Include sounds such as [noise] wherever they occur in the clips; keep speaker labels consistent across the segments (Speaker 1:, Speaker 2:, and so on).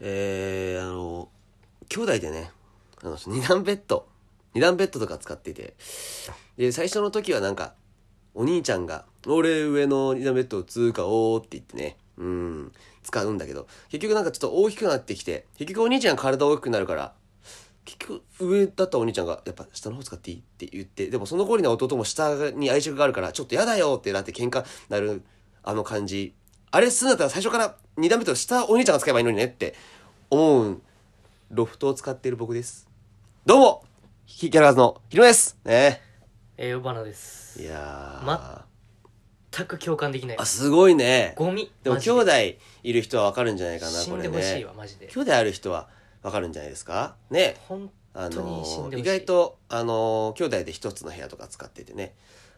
Speaker 1: えー、あの、兄弟でね、あの、二段ベッド、二段ベッドとか使っていて、で、最初の時はなんか、お兄ちゃんが、俺上の二段ベッドを通過おーって言ってね、うん、使うんだけど、結局なんかちょっと大きくなってきて、結局お兄ちゃんが体大きくなるから、結局上だったお兄ちゃんが、やっぱ下の方使っていいって言って、でもその頃には弟も下に愛着があるから、ちょっとやだよってなって喧嘩なる、あの感じ。あれするんだったら最初から二段ベッド下お兄ちゃんが使えばいいのにねって思うんロフトを使っている僕です。どうもヒキャラガーズのヒロですね
Speaker 2: えー、ヨバナです
Speaker 1: いやー。
Speaker 2: ま全く共感できない
Speaker 1: あ、すごいね。
Speaker 2: ゴミ
Speaker 1: でも
Speaker 2: マジ
Speaker 1: 兄弟いる人はわかるんじゃないかな、
Speaker 2: 死
Speaker 1: こ
Speaker 2: んで
Speaker 1: れ
Speaker 2: ほしい
Speaker 1: ね
Speaker 2: わ。マジで
Speaker 1: 兄弟ある人はわかるんじゃないですかね
Speaker 2: 本
Speaker 1: あ
Speaker 2: 当に死ん
Speaker 1: の
Speaker 2: でほしい
Speaker 1: 意外と、あの兄弟で一つの部屋とか使っててね、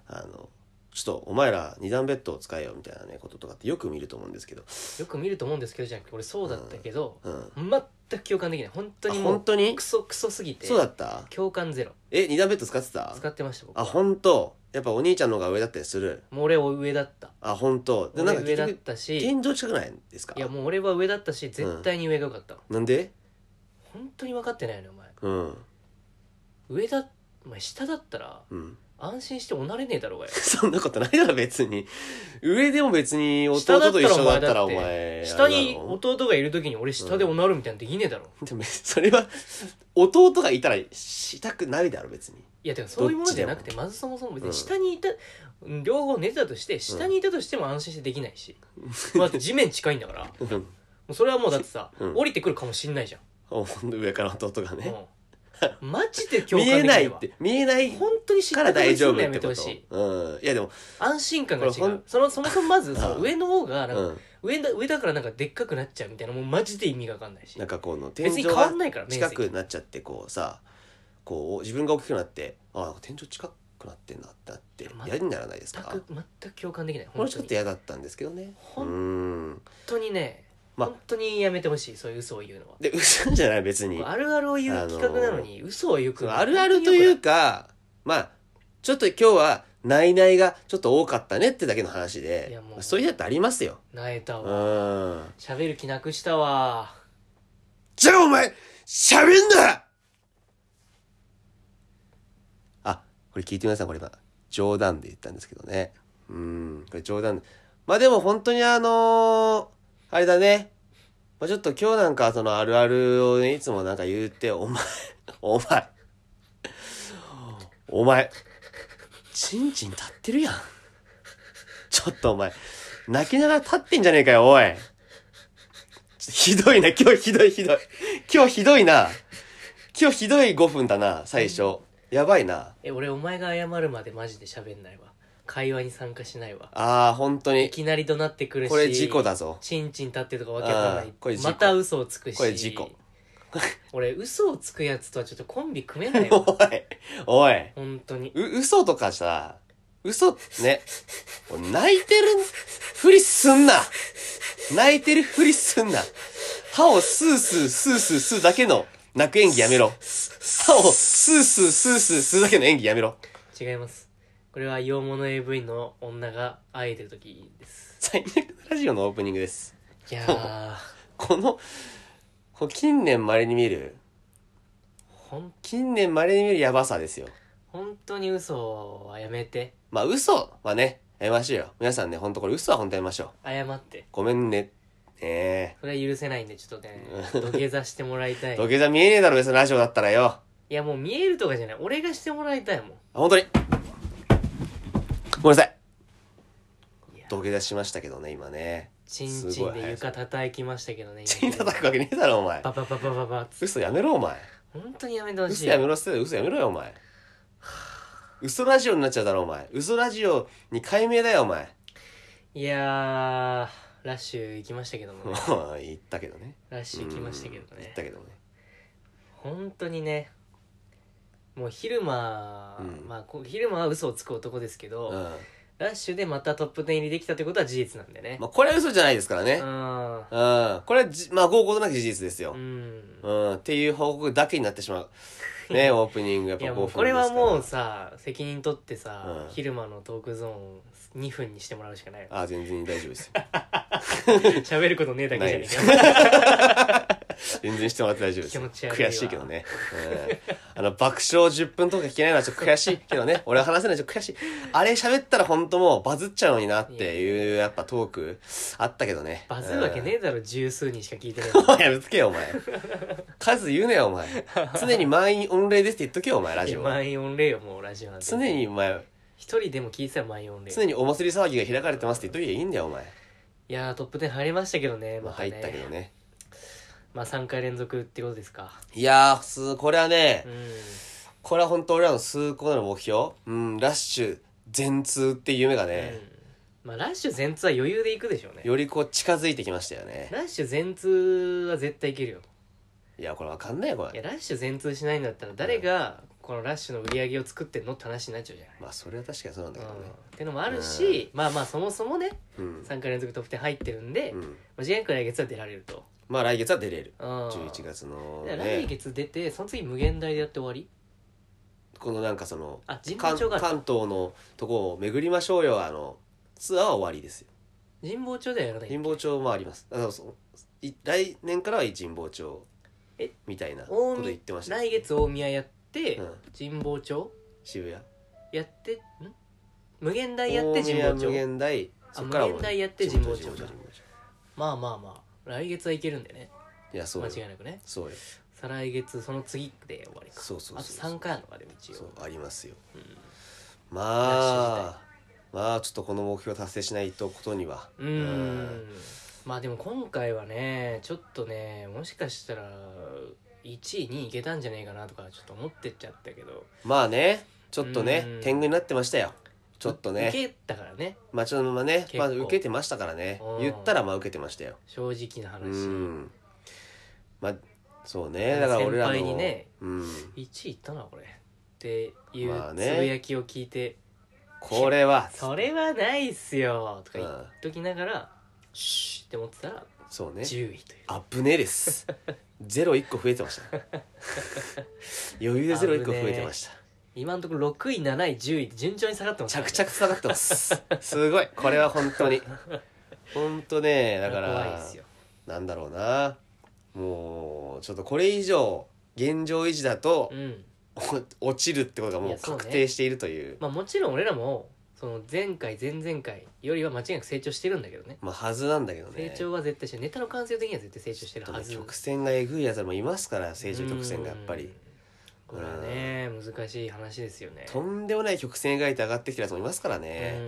Speaker 1: あのちょっとお前ら二段ベッドを使えよみたいなね、こととかってよく見ると思うんですけど、
Speaker 2: よく見ると思うんですけどじゃなくて俺そうだったけど、
Speaker 1: うん。
Speaker 2: 全く共感できない本当に
Speaker 1: あ
Speaker 2: も
Speaker 1: 本当
Speaker 2: う
Speaker 1: に
Speaker 2: クソクソすぎて
Speaker 1: そうだった
Speaker 2: 共感ゼロ
Speaker 1: え、二段ベッド使ってた
Speaker 2: 使ってました僕
Speaker 1: あ、本当やっぱお兄ちゃんの方が上だったりする。
Speaker 2: もう俺は上だった
Speaker 1: あ、本当で、
Speaker 2: 俺
Speaker 1: な
Speaker 2: は
Speaker 1: んか結
Speaker 2: 上だっ
Speaker 1: 局、
Speaker 2: たし
Speaker 1: 天井近くないんですか
Speaker 2: いやもう俺は上だったし絶対に上が良かった、
Speaker 1: なんで
Speaker 2: 本当に分かってないのよお前
Speaker 1: うん。
Speaker 2: 上だお前下だったら
Speaker 1: うん。 [laughs]
Speaker 2: 安心しておなれねえだろうがよ
Speaker 1: そんなことないだろ別に。上でも別に
Speaker 2: 下
Speaker 1: 弟
Speaker 2: だっ
Speaker 1: と一緒だったた
Speaker 2: ら
Speaker 1: ら
Speaker 2: お
Speaker 1: お
Speaker 2: 前だって
Speaker 1: 前。
Speaker 2: 下に
Speaker 1: あれだろ
Speaker 2: 弟がいる時に俺下でおなるみたいなのできねえだろ、
Speaker 1: でもそれは弟がいたらしたくないだろ別に。
Speaker 2: いやでもそういうものじゃなくてまずそもそも別に下にいた、両方寝てたとして下にいたとしても安心してできな
Speaker 1: [laughs]
Speaker 2: いし、まあだって地面近いんだからも
Speaker 1: うん。
Speaker 2: うそれはもうだってさ、
Speaker 1: うん
Speaker 2: 降りてくるかもしんないじゃん、
Speaker 1: 上から弟がね。
Speaker 2: うん、マジで
Speaker 1: [laughs]
Speaker 2: 共
Speaker 1: 見え
Speaker 2: 感できな
Speaker 1: ないい
Speaker 2: わ
Speaker 1: って。見えない
Speaker 2: 本当に知
Speaker 1: から大丈夫
Speaker 2: や
Speaker 1: っ
Speaker 2: め
Speaker 1: て
Speaker 2: て
Speaker 1: こ
Speaker 2: ほ
Speaker 1: と
Speaker 2: しい。
Speaker 1: うん。いやでも、
Speaker 2: 安心感が違う
Speaker 1: これほん
Speaker 2: そのそもそもまずその
Speaker 1: うん
Speaker 2: 上の方が
Speaker 1: う
Speaker 2: なんか、
Speaker 1: ん。
Speaker 2: 上だ上だからなんかでっかくなっちゃうみたいなもうマジで意味が分かんないし
Speaker 1: なんかこの天
Speaker 2: 別に
Speaker 1: 井
Speaker 2: 変わ
Speaker 1: が
Speaker 2: んないから面
Speaker 1: 近
Speaker 2: 積
Speaker 1: くなっちゃってこうさ、こう自分が大きくなって、あ天井近くなってんなってなって
Speaker 2: ま、
Speaker 1: 嫌にならないです
Speaker 2: 全
Speaker 1: か
Speaker 2: く全く共感できない
Speaker 1: これ
Speaker 2: 本
Speaker 1: ち
Speaker 2: 当
Speaker 1: ょっ
Speaker 2: に
Speaker 1: と嫌だったんですけどね。う
Speaker 2: ほん
Speaker 1: ん。
Speaker 2: 本当にね、
Speaker 1: まあ
Speaker 2: 本当にやめてほしいそういう嘘を言うのは
Speaker 1: で、嘘じゃない別に。
Speaker 2: あるあるを言う企画なのに嘘を言う
Speaker 1: そ
Speaker 2: く
Speaker 1: うあるあるというか、まあ、ちょっと今日は、ないないがちょっと多かったねってだけの話
Speaker 2: い
Speaker 1: で
Speaker 2: やも、う
Speaker 1: そういうやつありますよ。
Speaker 2: なえた
Speaker 1: う
Speaker 2: わ
Speaker 1: ん。
Speaker 2: 喋る気なくしたわ
Speaker 1: じゃあお前、喋んなあ、これ聞いてください、これ今。冗談で言ったんですけどね。うん、これ冗談で。まあでも本当にあのーあれだね。まあちょっと今日なんかそのあるあるをね、いつもなんか言って、お前、 [laughs] お前、お前、ちんちん立ってるやん。ちょっとお前、泣きながら立ってんじゃねえかよ、おい。ひどいな、今日ひどいひどい。今日ひどいな。今日ひどい5分だな、最初。やばいな。
Speaker 2: え俺お前が謝るまでマジで喋んないわ会話に参加しないわ
Speaker 1: あー、本当
Speaker 2: い
Speaker 1: に。
Speaker 2: きなり怒鳴ってくるし
Speaker 1: これ事故だぞ。
Speaker 2: チンチン立ってとかわけわかんな
Speaker 1: あーこれ
Speaker 2: い
Speaker 1: 事故
Speaker 2: また嘘をつくし
Speaker 1: これ事故
Speaker 2: [laughs] 俺嘘をつくやつとはちょっとコンビ組めないわ
Speaker 1: [laughs] おい、おい。
Speaker 2: 本当に
Speaker 1: う、嘘とかさ、嘘、ね。おい泣いてるふりすんな。泣いてるふりすんな。歯をスースースースースーだけの泣く演技やめろ。歯をスースースースースーだけの演技やめろ。
Speaker 2: 違いますこれは洋物 AV の女が会えてる時です
Speaker 1: 最悪のラジオのオープニングです。
Speaker 2: いやー
Speaker 1: [laughs] この、こう近年稀に見る、
Speaker 2: ほん
Speaker 1: 近年稀に見るやばさですよ。
Speaker 2: 本当に嘘はやめて
Speaker 1: まあ嘘はね、やめましょうよ。皆さんね、ほんとこれ嘘はほんとやめましょう。
Speaker 2: 謝って
Speaker 1: ごめんね。ね
Speaker 2: それは許せないんでちょっとね土下座してもらいた
Speaker 1: え。[laughs]
Speaker 2: い
Speaker 1: 土下座見えねえだろ、別のラジオだったらよ。
Speaker 2: いやもう見えるとかじゃない俺がしてもらいたいも
Speaker 1: ほんとに。ごめんなさい。
Speaker 2: んいや
Speaker 1: 土下座しましたけどね、今ね。
Speaker 2: チン
Speaker 1: す
Speaker 2: チ
Speaker 1: ご
Speaker 2: ン
Speaker 1: い
Speaker 2: で床叩きましたけど
Speaker 1: [laughs]
Speaker 2: ね
Speaker 1: チン
Speaker 2: 今
Speaker 1: 叩くわけねえだろ、お前。
Speaker 2: ババババババつ
Speaker 1: 嘘やめろ、お前。
Speaker 2: 本当にやめてほし
Speaker 1: 嘘
Speaker 2: い
Speaker 1: やめろっつって嘘やめろよ、お前。嘘ラジオになっちゃうだろ、お前。嘘ラジオに解明だよ、お前。
Speaker 2: いやーラッシュ行きましたけどもね
Speaker 1: もう言ったけどね。
Speaker 2: ラッシュ行きましたけど
Speaker 1: うん言
Speaker 2: ね
Speaker 1: ったけどね
Speaker 2: 本当にねもう昼間、
Speaker 1: うん
Speaker 2: まあこう昼間は嘘をつく男ですけど、
Speaker 1: うん
Speaker 2: ラッシュでまたトップ10入りできたってことは事実なんでね、
Speaker 1: まあこれは嘘じゃないですからね
Speaker 2: うん
Speaker 1: うんこれはじまあ合コンなき事実ですよ
Speaker 2: うん
Speaker 1: うんっていう報告だけになってし
Speaker 2: [laughs]
Speaker 1: まうねオープニングやっ
Speaker 2: い
Speaker 1: ぱ
Speaker 2: やも
Speaker 1: 5
Speaker 2: う
Speaker 1: 分
Speaker 2: これはもう
Speaker 1: ですか
Speaker 2: さ責任取ってさ、
Speaker 1: うん
Speaker 2: 昼間のトークゾーンを2分にしてもらうし
Speaker 1: [laughs]
Speaker 2: かないよ
Speaker 1: らあ全然大丈夫ですよ
Speaker 2: 喋ることねえだけじゃねえか
Speaker 1: 全然してもらって大丈夫です
Speaker 2: 気持ち悪いわ
Speaker 1: 悔しいけどね、うん、あの爆笑10分とか聞けないのはちょっと悔しいけど
Speaker 2: [laughs]
Speaker 1: ね俺は話せないちょっと悔しいあれ喋ったら本当もうバズっちゃうのになっていうやっぱトークあったけどね
Speaker 2: [laughs] バズるわけねえだろ十数人しか聞いてない
Speaker 1: うん [laughs] お前ぶつけよお
Speaker 2: [laughs]
Speaker 1: 前数言うなよお前常に満員御礼ですって言っとけよお前ラジオ
Speaker 2: 満員御礼よもうラジオなんて
Speaker 1: 常にお前
Speaker 2: 一人でも聞いてたら満員御礼
Speaker 1: 常にお祭り騒ぎが開かれてますって言っときゃいいんだよお前、
Speaker 2: いやートップ10入りましたけどね
Speaker 1: ま
Speaker 2: ま
Speaker 1: あ、
Speaker 2: た
Speaker 1: 入
Speaker 2: ね
Speaker 1: ったけどね
Speaker 2: まあ3回連続ってことですか
Speaker 1: いやーすこれはね、
Speaker 2: うん
Speaker 1: これは本当俺らの崇高なる目標うんラッシュ全通っていう夢がね、
Speaker 2: まあラッシュ全通は余裕でいくでしょうね
Speaker 1: よりこう近づいてきましたよね
Speaker 2: ラッシュ全通は絶対いけるよ
Speaker 1: いやこれわかんないよこ
Speaker 2: い
Speaker 1: れ
Speaker 2: やラッシュ全通しないんだったら誰がこのラッシュの売り上げを作ってんのって話になっちゃうじゃない
Speaker 1: まあそれは確かにそうなんだけど
Speaker 2: うん
Speaker 1: ね
Speaker 2: ってのもあるし、まあまあそもそもね
Speaker 1: うん、
Speaker 2: 3回連続トップ10入ってるんで、
Speaker 1: う
Speaker 2: ま
Speaker 1: ん、
Speaker 2: あ次回から来月は出られると、
Speaker 1: まあ来月は出れる
Speaker 2: うん、
Speaker 1: 11月の
Speaker 2: だから来
Speaker 1: ね
Speaker 2: 月出てその次無限大でやって終わり
Speaker 1: このなんかその
Speaker 2: あ神保
Speaker 1: 関
Speaker 2: 町がある
Speaker 1: 関東のとこを巡りましょうよあのツアーは終わりですよ
Speaker 2: 神保町ではやらない
Speaker 1: 神保町もありますあのそうい来年からは神保町
Speaker 2: え
Speaker 1: みたいなこ
Speaker 2: 大
Speaker 1: と言っ
Speaker 2: 宮
Speaker 1: てました
Speaker 2: 来月大宮やって、
Speaker 1: うん
Speaker 2: 神保町
Speaker 1: 渋谷
Speaker 2: やってん無限大やって神
Speaker 1: 大宮
Speaker 2: 保
Speaker 1: 無
Speaker 2: 町
Speaker 1: 限大
Speaker 2: あ
Speaker 1: そっからは
Speaker 2: 無限大やって神保町
Speaker 1: 神保
Speaker 2: かまあまあまあ来月はいけるんでね
Speaker 1: いやそう
Speaker 2: 間
Speaker 1: よ
Speaker 2: 違いなくね
Speaker 1: そうよ
Speaker 2: 再来月その次で終わりか
Speaker 1: そうそうそう
Speaker 2: あと3回あるのかでも一
Speaker 1: そ
Speaker 2: 応
Speaker 1: うありますよ、
Speaker 2: うん
Speaker 1: まあまあちょっとこの目標達成しないとことには
Speaker 2: うーんまあでも今回はねちょっとねもしかしたら1位2位いけたんじゃねえかなとかちょっと思ってっちゃったけど
Speaker 1: まあねちょっとね
Speaker 2: うん
Speaker 1: 天狗になってましたよちょっと
Speaker 2: い
Speaker 1: ね
Speaker 2: けたからね
Speaker 1: まあちょっとまあね、
Speaker 2: 結構
Speaker 1: まあ、受けてましたからね
Speaker 2: うん
Speaker 1: 言ったらまあ受けてましたよ
Speaker 2: 正直な
Speaker 1: う
Speaker 2: 話
Speaker 1: んまあそうねだから俺らの
Speaker 2: 先輩にね
Speaker 1: うん、
Speaker 2: 1位いったなこれっていう
Speaker 1: まあね
Speaker 2: つぶやきを聞いて
Speaker 1: これは
Speaker 2: 「それはないっすよ」とか言
Speaker 1: う
Speaker 2: っ
Speaker 1: ん
Speaker 2: ときながら「シュッ」って思ってたら
Speaker 1: そうね
Speaker 2: 10位という
Speaker 1: あぶねえですゼロ1個増えてました
Speaker 2: [laughs]
Speaker 1: 余裕でゼロ1個増えてました
Speaker 2: 今のところ6位7位10位って順調に下がってますから
Speaker 1: 着
Speaker 2: ね
Speaker 1: 々下がってますすごいこれは本当に本当ねだか
Speaker 2: 怖いで
Speaker 1: ら
Speaker 2: すよ
Speaker 1: なんだろうなもうちょっとこれ以上現状維持だと
Speaker 2: うん
Speaker 1: お落ちるってことが
Speaker 2: い
Speaker 1: もう
Speaker 2: やそうね
Speaker 1: 確定しているという
Speaker 2: まあもちろん俺らもその前回前々回よりは間違いなく成長してるんだけどね
Speaker 1: まあはずなんだけどね
Speaker 2: 成長は絶対してネタの完成的には絶対成長してるはず
Speaker 1: 曲線がえぐいやつらもいますから成長曲線がやっぱ
Speaker 2: う
Speaker 1: り
Speaker 2: んこれはね難しい話ですよね
Speaker 1: とんでもない曲線描いて上がってきたやつもいますからね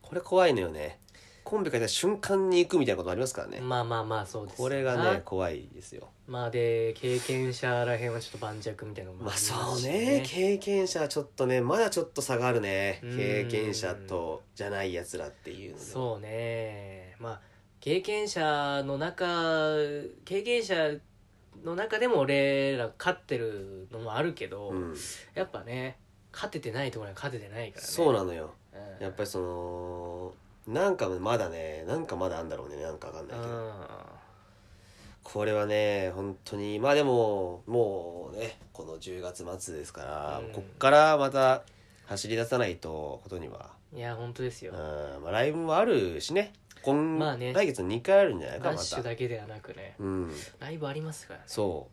Speaker 1: これ怖いのよねコンビ書いた瞬間に行くみたいなことありますから
Speaker 2: う
Speaker 1: ね
Speaker 2: んまあまあまあそうです
Speaker 1: これがね怖いですよ
Speaker 2: まあで経験者らへんはちょっと盤石みたいなのも
Speaker 1: まあ
Speaker 2: りすし
Speaker 1: そうね経験者はちょっとねまだちょっと差があるね
Speaker 2: うん
Speaker 1: 経験者とじゃないやつらっていうので
Speaker 2: そうねまあ経験者の中経験者の中でも俺ら勝ってるのもあるけど、
Speaker 1: うん、
Speaker 2: やっぱね勝ててないところには勝ててないからね
Speaker 1: そうなのよ
Speaker 2: うん
Speaker 1: やっぱりそのなんかまだねなんかまだあんだろうねなんかわかんないけどこれはね本当にまあでももうねこの10月末ですから、
Speaker 2: うん
Speaker 1: こっからまた走り出さないとことには、
Speaker 2: うんいや本当です
Speaker 1: うん
Speaker 2: よ
Speaker 1: まあ、ライブもあるしね今、
Speaker 2: まあね
Speaker 1: 来月2回あるんじゃないか
Speaker 2: ラ
Speaker 1: ま
Speaker 2: ッシ
Speaker 1: た
Speaker 2: ュだけではなくね
Speaker 1: うん
Speaker 2: ライブありますからね
Speaker 1: そ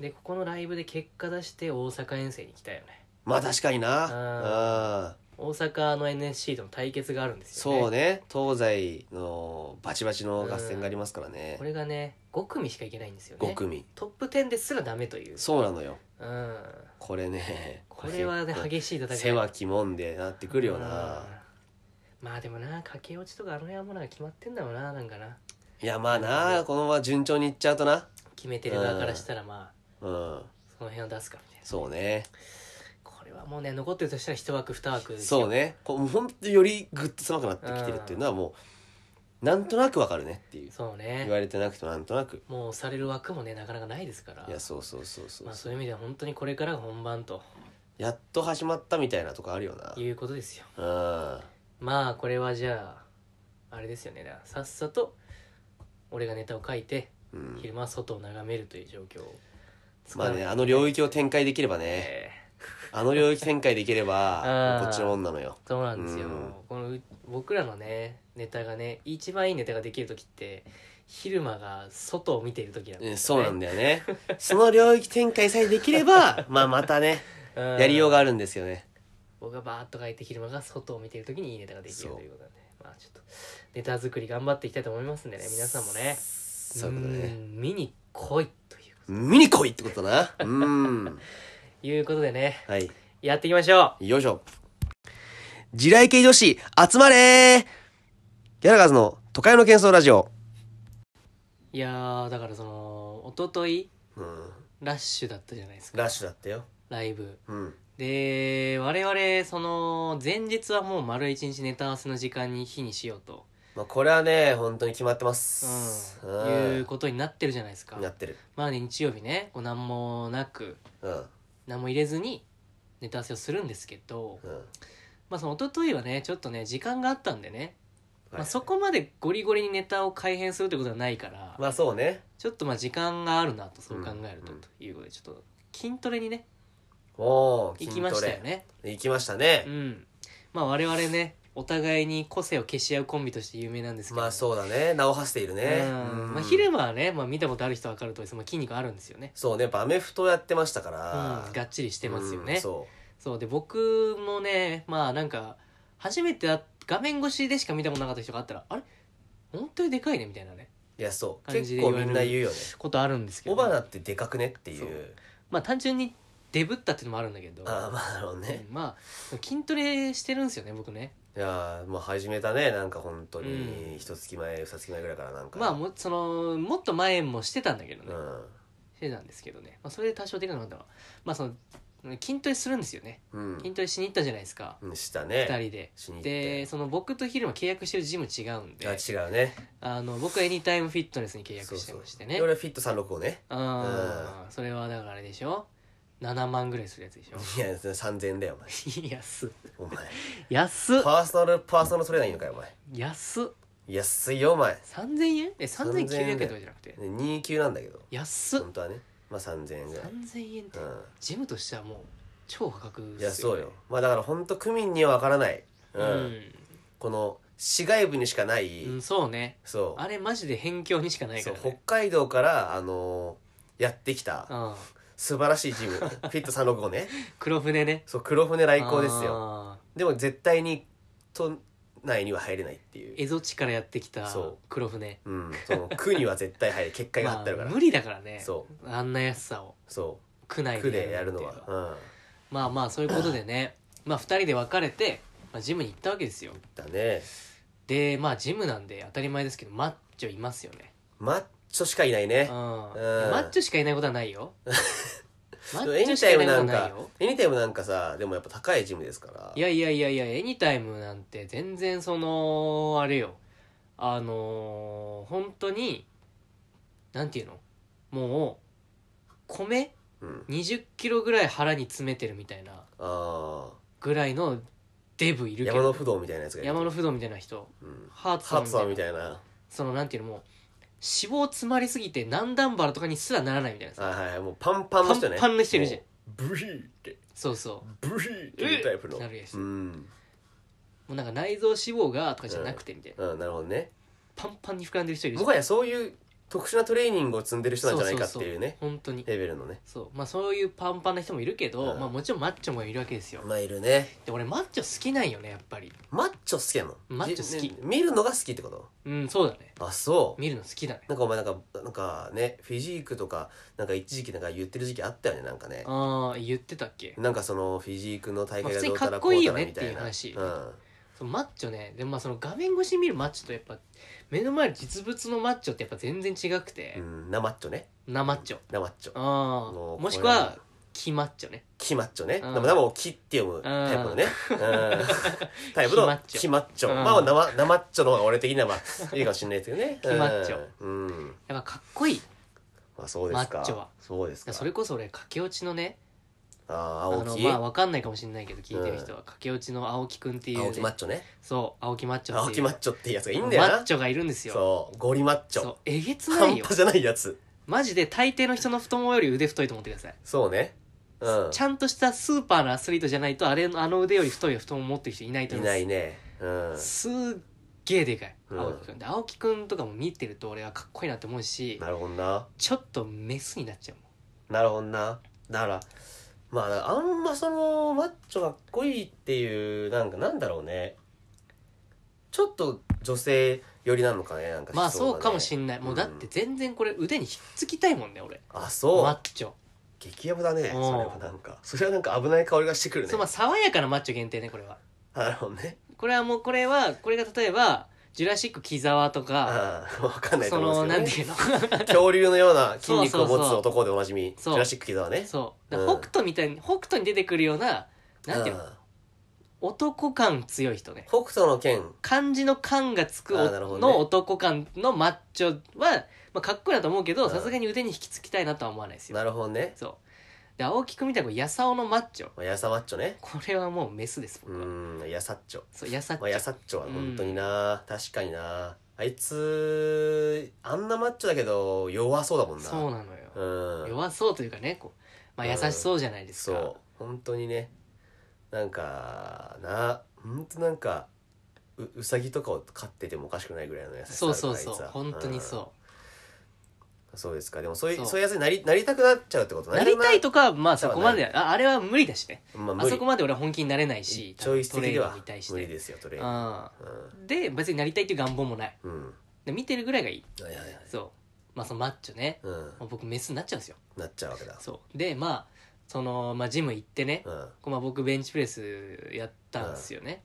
Speaker 2: でここのライブで結果出して大阪遠征に来たよね
Speaker 1: うまあ確かに
Speaker 2: あ
Speaker 1: なうん
Speaker 2: 大阪の NSC との対決があるんですよね
Speaker 1: そうね東西のバチバチの合戦がありますからね
Speaker 2: こ、れがね5組しかいけないんですよ
Speaker 1: 五
Speaker 2: ね
Speaker 1: 組
Speaker 2: トップ10ですらダメという
Speaker 1: そうなのよ
Speaker 2: うん
Speaker 1: これね
Speaker 2: これはね
Speaker 1: 結
Speaker 2: 激しい
Speaker 1: 構
Speaker 2: 戦い
Speaker 1: 世話きもんでなってくるよな、
Speaker 2: うんまあでもな駆け落ちとかあの辺はもうなんか決まってんだろうななんかない
Speaker 1: やまあなこのまま順調にいっちゃうとな
Speaker 2: 決めてる側からしたらまあ
Speaker 1: うん
Speaker 2: その辺を出すかみたいな
Speaker 1: そうね
Speaker 2: これはもうね残ってるとしたら一枠二枠ですよ
Speaker 1: そうねこうほんとよりぐっと狭くなってきてるっていうのはもうなんとなくわかるねっていう
Speaker 2: そう
Speaker 1: 言
Speaker 2: ね
Speaker 1: われてなくてもなんとなく
Speaker 2: もうされる枠もねなかなかないですから
Speaker 1: いやそうそうそうそう、
Speaker 2: まあ、そういう意味では本当にこれからが本番と
Speaker 1: やっと始まったみたいなとこあるよな
Speaker 2: いうことですよ
Speaker 1: うん
Speaker 2: まあこれはじゃああれですよねだからさっさと俺がネタを書いて
Speaker 1: うん
Speaker 2: 昼間は外を眺めるという状況を作
Speaker 1: ま
Speaker 2: ら
Speaker 1: あ
Speaker 2: ない
Speaker 1: ね
Speaker 2: と
Speaker 1: あの領域を展開できればね
Speaker 2: え
Speaker 1: あの領域展開できれば
Speaker 2: うん
Speaker 1: こっちのもんなのよ
Speaker 2: ーそうなんですよ
Speaker 1: うん
Speaker 2: このう僕らのねネタがね一番いいネタができる時って昼間が外を見ている時なんだ
Speaker 1: う
Speaker 2: よね
Speaker 1: んそうなんだよねその領域展開さえできれば [laughs] まあまたね
Speaker 2: うん
Speaker 1: やりようがあるんですよね
Speaker 2: 僕がバーッと書いて昼間が外を見てる時にいいネタができ
Speaker 1: そ
Speaker 2: る
Speaker 1: う
Speaker 2: ということで、ね、まあちょっとネタ作り頑張っていきたいと思いますんでね皆さんもね
Speaker 1: そういうことだね
Speaker 2: ん見に来いという
Speaker 1: 見に来いってことだなうん
Speaker 2: いうことでね
Speaker 1: はい
Speaker 2: やっていきましょう
Speaker 1: よいしょ地雷系女子集まれーギャラガーズの都会の喧騒ラジオ
Speaker 2: いやーだからその一昨日
Speaker 1: うん
Speaker 2: ラッシュだったじゃないですか
Speaker 1: ラッシュだったよ
Speaker 2: ライブ
Speaker 1: うん
Speaker 2: で我々その前日はもう丸一日ネタ合わせの時間に日にしようと、
Speaker 1: まあこれはね本当に決まってま
Speaker 2: うんいうことになってるじゃないですか
Speaker 1: ってる
Speaker 2: まあね日曜日ねこう何もなく
Speaker 1: うん
Speaker 2: 何も入れずにネタ合わせをするんですけど
Speaker 1: うん
Speaker 2: まあその一昨日はねちょっとね時間があったんでね、ま
Speaker 1: は
Speaker 2: あ、
Speaker 1: い
Speaker 2: そこまでゴリゴリにネタを改変するってことはないから、
Speaker 1: まあそうね
Speaker 2: ちょっとまあ時間があるなとそう考えると、
Speaker 1: うん
Speaker 2: ということでちょっと筋トレにね
Speaker 1: おお
Speaker 2: 行きましたよね
Speaker 1: 行きましたね
Speaker 2: うんまあ我々ねお互いに個性を消し合うコンビとして有名なんですけど
Speaker 1: まあそうだね名を馳せている
Speaker 2: う
Speaker 1: ね
Speaker 2: ん
Speaker 1: うん
Speaker 2: まあ、昼間はね、まあ、見たことある人は分かるとりその筋肉あるんですよね
Speaker 1: そうねやっぱアメフトやってましたか
Speaker 2: うん
Speaker 1: ら
Speaker 2: がっちりしてますよ
Speaker 1: う
Speaker 2: ね
Speaker 1: んそ
Speaker 2: そうで僕もねまあなんか初めてあ画面越しでしか見たことなかった人があったらあれ本当にでかいねみたいなね
Speaker 1: ういやそう
Speaker 2: 感
Speaker 1: 結
Speaker 2: じで
Speaker 1: 構
Speaker 2: 言われ
Speaker 1: み
Speaker 2: る
Speaker 1: んな言うよね
Speaker 2: ことあるんですけ
Speaker 1: 小
Speaker 2: ど、
Speaker 1: 花ってでかくねってい
Speaker 2: そう
Speaker 1: う
Speaker 2: まあ単純にデブったっていうのもあるんだけど
Speaker 1: ああまあなるほどね
Speaker 2: うんまあ筋トレしてるんですよね僕ね
Speaker 1: いやーもう始めたねなんか本当
Speaker 2: う
Speaker 1: に
Speaker 2: ん
Speaker 1: 一月前二月前ぐらいからなんか
Speaker 2: まあもそのもっと前もしてたんだけどね、
Speaker 1: う
Speaker 2: してたんですけどね、まあ、それで多少できなかったのはまあその筋トレするんですよね
Speaker 1: ん
Speaker 2: 筋トレしに行ったじゃないですか、
Speaker 1: うんした
Speaker 2: 二
Speaker 1: ね
Speaker 2: 人で
Speaker 1: しに行って
Speaker 2: でその僕と昼間契約してるジム違うんで
Speaker 1: あ違うね
Speaker 2: あの僕はエニタイムフィットネスに契約してまして
Speaker 1: そうそう
Speaker 2: ね
Speaker 1: で俺はフィット365ね
Speaker 2: あーそれはだからあれでしょ7万ぐらいするやつで
Speaker 1: [laughs]
Speaker 2: しょ
Speaker 1: いや3000円だよ
Speaker 2: 安っ
Speaker 1: お前お前
Speaker 2: [laughs] 安っ
Speaker 1: パーソナルパーソナルトレーナーいいのかよお前
Speaker 2: 安っ
Speaker 1: 安いよお前
Speaker 2: 3000円え3900円
Speaker 1: 3900
Speaker 2: とかじゃなくて
Speaker 1: 2級なんだけど
Speaker 2: 安っ
Speaker 1: 本当はねまあ3000円ぐらい
Speaker 2: 3000円って
Speaker 1: うん
Speaker 2: ジムとしてはもう超破格
Speaker 1: い
Speaker 2: で
Speaker 1: や
Speaker 2: す
Speaker 1: そうよまあだから本当区民には分からない、う
Speaker 2: うんん、
Speaker 1: この市街部にしかない、
Speaker 2: うん、そうね
Speaker 1: そ
Speaker 2: あれマジで辺境にしか
Speaker 1: う,、
Speaker 2: ない
Speaker 1: そ
Speaker 2: か
Speaker 1: う
Speaker 2: ら、ね、
Speaker 1: 北海道から、あのーやってきた
Speaker 2: うん、
Speaker 1: 素晴らしいジム [laughs] フィット365ね
Speaker 2: 黒船ね
Speaker 1: そう黒船来航ですよ
Speaker 2: よ
Speaker 1: でも絶対に都内には入れないっていう、
Speaker 2: 蝦夷地からやってきた
Speaker 1: そう
Speaker 2: 黒船
Speaker 1: うん、その区には絶対入れ結界が張ってあるから、
Speaker 2: まあ無理だからね
Speaker 1: そう
Speaker 2: あんな安さを
Speaker 1: そ
Speaker 2: 区
Speaker 1: う
Speaker 2: 内
Speaker 1: 区でやる
Speaker 2: っ
Speaker 1: の
Speaker 2: ていう
Speaker 1: は、うん、
Speaker 2: まあまあそういうこと
Speaker 1: [clears throat]
Speaker 2: でねまあ2人で別れて、まあ、ジムに行ったわけですよ
Speaker 1: だね
Speaker 2: でまあジムなんで当たり前ですけどマッチョいますよね
Speaker 1: マッチョしかいないね
Speaker 2: うんマ
Speaker 1: うん
Speaker 2: ッチョしかいないことはな
Speaker 1: [laughs]
Speaker 2: いよマ
Speaker 1: エ
Speaker 2: ッチョ
Speaker 1: ニ
Speaker 2: し
Speaker 1: タ
Speaker 2: か
Speaker 1: イ
Speaker 2: い
Speaker 1: ム
Speaker 2: ないこ
Speaker 1: な
Speaker 2: とは
Speaker 1: ん
Speaker 2: ない
Speaker 1: か
Speaker 2: よ
Speaker 1: エニタイムなんかさでもやっぱ高いジムですから
Speaker 2: いやいやいやいやエニタイムなんて全然そのあれよあのー、本当になんていうのもう米
Speaker 1: うん
Speaker 2: 2 0キロぐらい腹に詰めてるみたいな
Speaker 1: あ
Speaker 2: ぐらいのデブい
Speaker 1: ー
Speaker 2: るけ
Speaker 1: 山
Speaker 2: ど
Speaker 1: の不動みたいなやつがいる
Speaker 2: 山の不動みたいな人
Speaker 1: うん
Speaker 2: ハーツ
Speaker 1: ハ
Speaker 2: さん
Speaker 1: ー
Speaker 2: み
Speaker 1: ツさ
Speaker 2: たい
Speaker 1: んみ
Speaker 2: な
Speaker 1: たいな
Speaker 2: そのなんていうのもう脂肪詰まりすぎて何段腹とかにすらならないみたいな
Speaker 1: あ
Speaker 2: さ
Speaker 1: はいはいもうパンパンの人ね
Speaker 2: パンパンの人いるじゃん
Speaker 1: もうブリーって
Speaker 2: そうそ
Speaker 1: ブリーっていうタイプの
Speaker 2: なるやつ
Speaker 1: うん、
Speaker 2: うもうなんか内臓脂肪がとかじゃなくてみたいな
Speaker 1: うん、なるほどね
Speaker 2: パンパンに膨らんでる人いるじゃ
Speaker 1: も
Speaker 2: ん
Speaker 1: はやそういう特殊なトレーニングを積んでる人なんじゃないかっていうね
Speaker 2: そうそうそう本当に
Speaker 1: レベルのね
Speaker 2: そうまあそういうパンパンな人もいるけど、
Speaker 1: うん
Speaker 2: まあもちろんマッチョもいるわけですよ
Speaker 1: まあいるね
Speaker 2: で俺マッチョ好きなんよねやっぱり
Speaker 1: マッチョ好きやの
Speaker 2: マッチョ好き
Speaker 1: じね見るのが好きってこと
Speaker 2: うんそうだね
Speaker 1: あそう
Speaker 2: 見るの好きだね
Speaker 1: なんかお前なんかなんかねフィジークとかなんか一時期なんか言ってる時期あったよねなんかね
Speaker 2: ああ言ってたっけ
Speaker 1: なんかそのフィジークの大会がどうた
Speaker 2: まあ普通にから
Speaker 1: こ
Speaker 2: っこ
Speaker 1: う
Speaker 2: いい
Speaker 1: た
Speaker 2: よ
Speaker 1: ら
Speaker 2: ね
Speaker 1: みたいな、
Speaker 2: っていう話
Speaker 1: うん、
Speaker 2: そのマッチョねでもまあその画面越しに見るマッチョとやっぱ目の前の実物のマッチョってやっぱ全然違くて
Speaker 1: う、ん、なマッチョね
Speaker 2: なマッチョ
Speaker 1: なマッチョ
Speaker 2: あ
Speaker 1: も
Speaker 2: あ
Speaker 1: う
Speaker 2: もしく
Speaker 1: これは
Speaker 2: はキマッチョね
Speaker 1: キマッチョね、
Speaker 2: うん
Speaker 1: でもでもキって読むタイプのね、うん、タイプ
Speaker 2: キマ
Speaker 1: の
Speaker 2: ッチョ
Speaker 1: キマッチョ、
Speaker 2: うん
Speaker 1: まあ生生マッチョの方が俺的にはまあいいかもしれないですけどね
Speaker 2: [laughs] キマッチョ
Speaker 1: うん、うん
Speaker 2: やっぱかっこいい
Speaker 1: まあそうですか
Speaker 2: マッチョは
Speaker 1: そうですか
Speaker 2: それこそ俺駆け落ちのね
Speaker 1: ああ
Speaker 2: あ
Speaker 1: 青
Speaker 2: の
Speaker 1: 木、
Speaker 2: まあわかんないかもしれないけど聞いてる人は、駆け落ちの青木くんっていう、ね、
Speaker 1: 青木マッチョね
Speaker 2: そう青木マッチョ
Speaker 1: 青
Speaker 2: ってい
Speaker 1: 木
Speaker 2: う
Speaker 1: マッチョっていうやつがいいんだよな
Speaker 2: マッチョがいるんですよ
Speaker 1: そうゴリマッチ
Speaker 2: そう
Speaker 1: ョ
Speaker 2: えげつない
Speaker 1: 半
Speaker 2: よ
Speaker 1: 端じゃないやつ
Speaker 2: マジで大抵の人の太ももより腕太いと思ってください、
Speaker 1: そうねうん
Speaker 2: ちゃんとしたスーパーのアスリートじゃないとあれのあの腕より太い太もも持ってる人いないと
Speaker 1: い
Speaker 2: 思い
Speaker 1: な
Speaker 2: ます
Speaker 1: いねうん
Speaker 2: すっげえでかい
Speaker 1: うん
Speaker 2: 青木くんで青木くんとかも見てると俺はかっこいいなって思うし
Speaker 1: なるほどな
Speaker 2: ちょっとメスになっちゃうもん
Speaker 1: なるほどなだからまああんまそのマッチョかっこいいっていうなんかなんだろうねちょっと女性寄りなのかねなんか
Speaker 2: まあそうかもし
Speaker 1: れ
Speaker 2: んないもううんだって全然これ腕にひっつきたいもんね
Speaker 1: な
Speaker 2: 俺
Speaker 1: いあ
Speaker 2: マ
Speaker 1: そう
Speaker 2: ッチョ
Speaker 1: 激ヤバだねそ
Speaker 2: ん
Speaker 1: れはなんかそれはなんか危ない香りがしてくるね
Speaker 2: そうまあ爽やかなマッチョ限定ねこれは
Speaker 1: なるほどね
Speaker 2: これはもうこれはこれが例えば「ジュラシック木沢」と
Speaker 1: あ
Speaker 2: か
Speaker 1: あ分かんないと
Speaker 2: そ
Speaker 1: 思
Speaker 2: の
Speaker 1: うん
Speaker 2: なん
Speaker 1: で
Speaker 2: て
Speaker 1: す
Speaker 2: いうの
Speaker 1: けどね恐竜のような筋肉を
Speaker 2: そう
Speaker 1: 持
Speaker 2: そう
Speaker 1: つ
Speaker 2: そう
Speaker 1: 男でおなじみジ
Speaker 2: そう
Speaker 1: ュラシック・キザはね
Speaker 2: そうだ
Speaker 1: うん
Speaker 2: から北斗みたいに北斗に出てくるようななんていうの
Speaker 1: うん
Speaker 2: 男感強い人ね
Speaker 1: 北斗の剣
Speaker 2: 漢字の感がつく
Speaker 1: あーなるほどね
Speaker 2: の男感のマッチョは、まあ、かっこいいなと思うけ
Speaker 1: う
Speaker 2: ど
Speaker 1: ん
Speaker 2: さすがに腕に引きつきたいなとは思わないですよ
Speaker 1: なるほどね
Speaker 2: そうで青木くんみたいなこうやさおのマッチョ
Speaker 1: まあヤサマッチョね
Speaker 2: これはもうメスです
Speaker 1: う
Speaker 2: 僕は、
Speaker 1: んヤサッチョ
Speaker 2: そうやさっ
Speaker 1: まあ、やさっちょは本当にな、確かになあいつあんなマッチョだけど弱そうだもんな
Speaker 2: そうなのよ、
Speaker 1: うん
Speaker 2: 弱そうというかねこう、まあ、優しそうじゃないです
Speaker 1: そ
Speaker 2: か、
Speaker 1: う本当にねなんかな本当なんかううさぎとかを飼っててもおかしくないぐらいの優しさ
Speaker 2: そうそう
Speaker 1: あ
Speaker 2: そ
Speaker 1: る
Speaker 2: う
Speaker 1: からあいつは
Speaker 2: 本当にそ
Speaker 1: うんそうですかでもそういう
Speaker 2: そ
Speaker 1: そうういうやつになりなりたくなっちゃうってこと
Speaker 2: うなりたいとかまあ
Speaker 1: そ
Speaker 2: そう
Speaker 1: だ
Speaker 2: こ
Speaker 1: ね
Speaker 2: までああれは無理だしね
Speaker 1: まあ
Speaker 2: あ
Speaker 1: 無理
Speaker 2: そこまで俺は本気になれないし
Speaker 1: 一朝一
Speaker 2: ト
Speaker 1: 夕
Speaker 2: レ
Speaker 1: で
Speaker 2: ーニング
Speaker 1: は
Speaker 2: に対し
Speaker 1: 無理
Speaker 2: て
Speaker 1: ですよトレーニング
Speaker 2: うんで別になりたいっていう願望もない
Speaker 1: うん、うん、
Speaker 2: で見てるぐらいがいい
Speaker 1: はいはいはい
Speaker 2: そうまあそのマッチョね
Speaker 1: うん
Speaker 2: もう僕メスになっちゃうんですよ
Speaker 1: なっちゃうわけだ
Speaker 2: そうでまあその、まあ、ジム行ってね、
Speaker 1: うん
Speaker 2: こうまあ、僕ベンチプレスやったんですよね、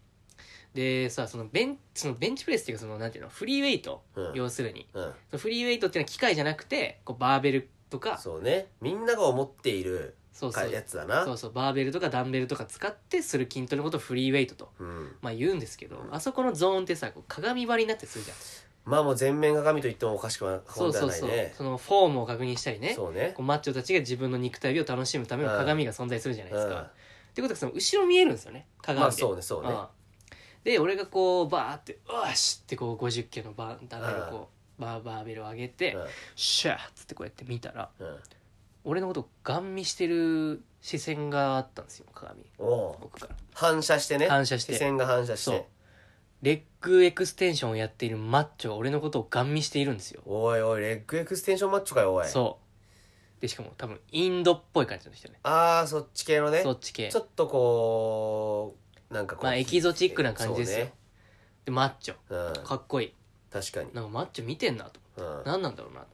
Speaker 2: でさそのベンそのベンチプレスっていうかそのなんていうのフリーウェイト、
Speaker 1: うん
Speaker 2: 要するに
Speaker 1: うん
Speaker 2: そのフリーウェイトっていうのは機械じゃなくてこうバーベルとか
Speaker 1: [laughs] そうねみんなが思っている
Speaker 2: そうそ
Speaker 1: か
Speaker 2: う
Speaker 1: やつだな
Speaker 2: そうそうバーベルとかダンベルとか使ってする筋トレのことをフリーウェイトと、
Speaker 1: うん、
Speaker 2: まあ、言うんですけど、あそこのゾーンってさこう鏡張りになってするじゃん
Speaker 1: まあもう全面鏡と言ってもおかしくは
Speaker 2: そ
Speaker 1: 本
Speaker 2: う
Speaker 1: では
Speaker 2: そう
Speaker 1: ない
Speaker 2: そう、
Speaker 1: ね
Speaker 2: そのフォームを確認したりね
Speaker 1: そうね
Speaker 2: こうマッチョたちが自分の肉体美を楽しむための鏡が存在するじゃないうです
Speaker 1: ん
Speaker 2: か、ってことはその後ろ見えるんですよね鏡で、
Speaker 1: まあそうねそうね
Speaker 2: うんで俺がこうバーって「うわし!」ってこう50キロのバーダンベルをこうバーバーベルを上げて「シャー!」っつってこうやって見たら
Speaker 1: うんうん
Speaker 2: 俺のことをガン見してる視線があったんですよ鏡に
Speaker 1: おう
Speaker 2: 僕から
Speaker 1: 反射してね
Speaker 2: 反射して
Speaker 1: 視線が反射し
Speaker 2: そう
Speaker 1: て
Speaker 2: レッグエクステンションをやっているマッチョが俺のことをガン見しているんですよ
Speaker 1: おいおいレッグエクステンションマッチョかよおい
Speaker 2: そうでしかも多分インドっぽい感じの人ね
Speaker 1: ああそっち系のね
Speaker 2: そっち系
Speaker 1: ちょっとこうなんかこう
Speaker 2: まあエキゾチックな感じですよ、でマッチョ
Speaker 1: そうねうん
Speaker 2: かっこいい
Speaker 1: 確かに
Speaker 2: なんかマッチョ見てんなと
Speaker 1: うん
Speaker 2: 何なんだろうなと思って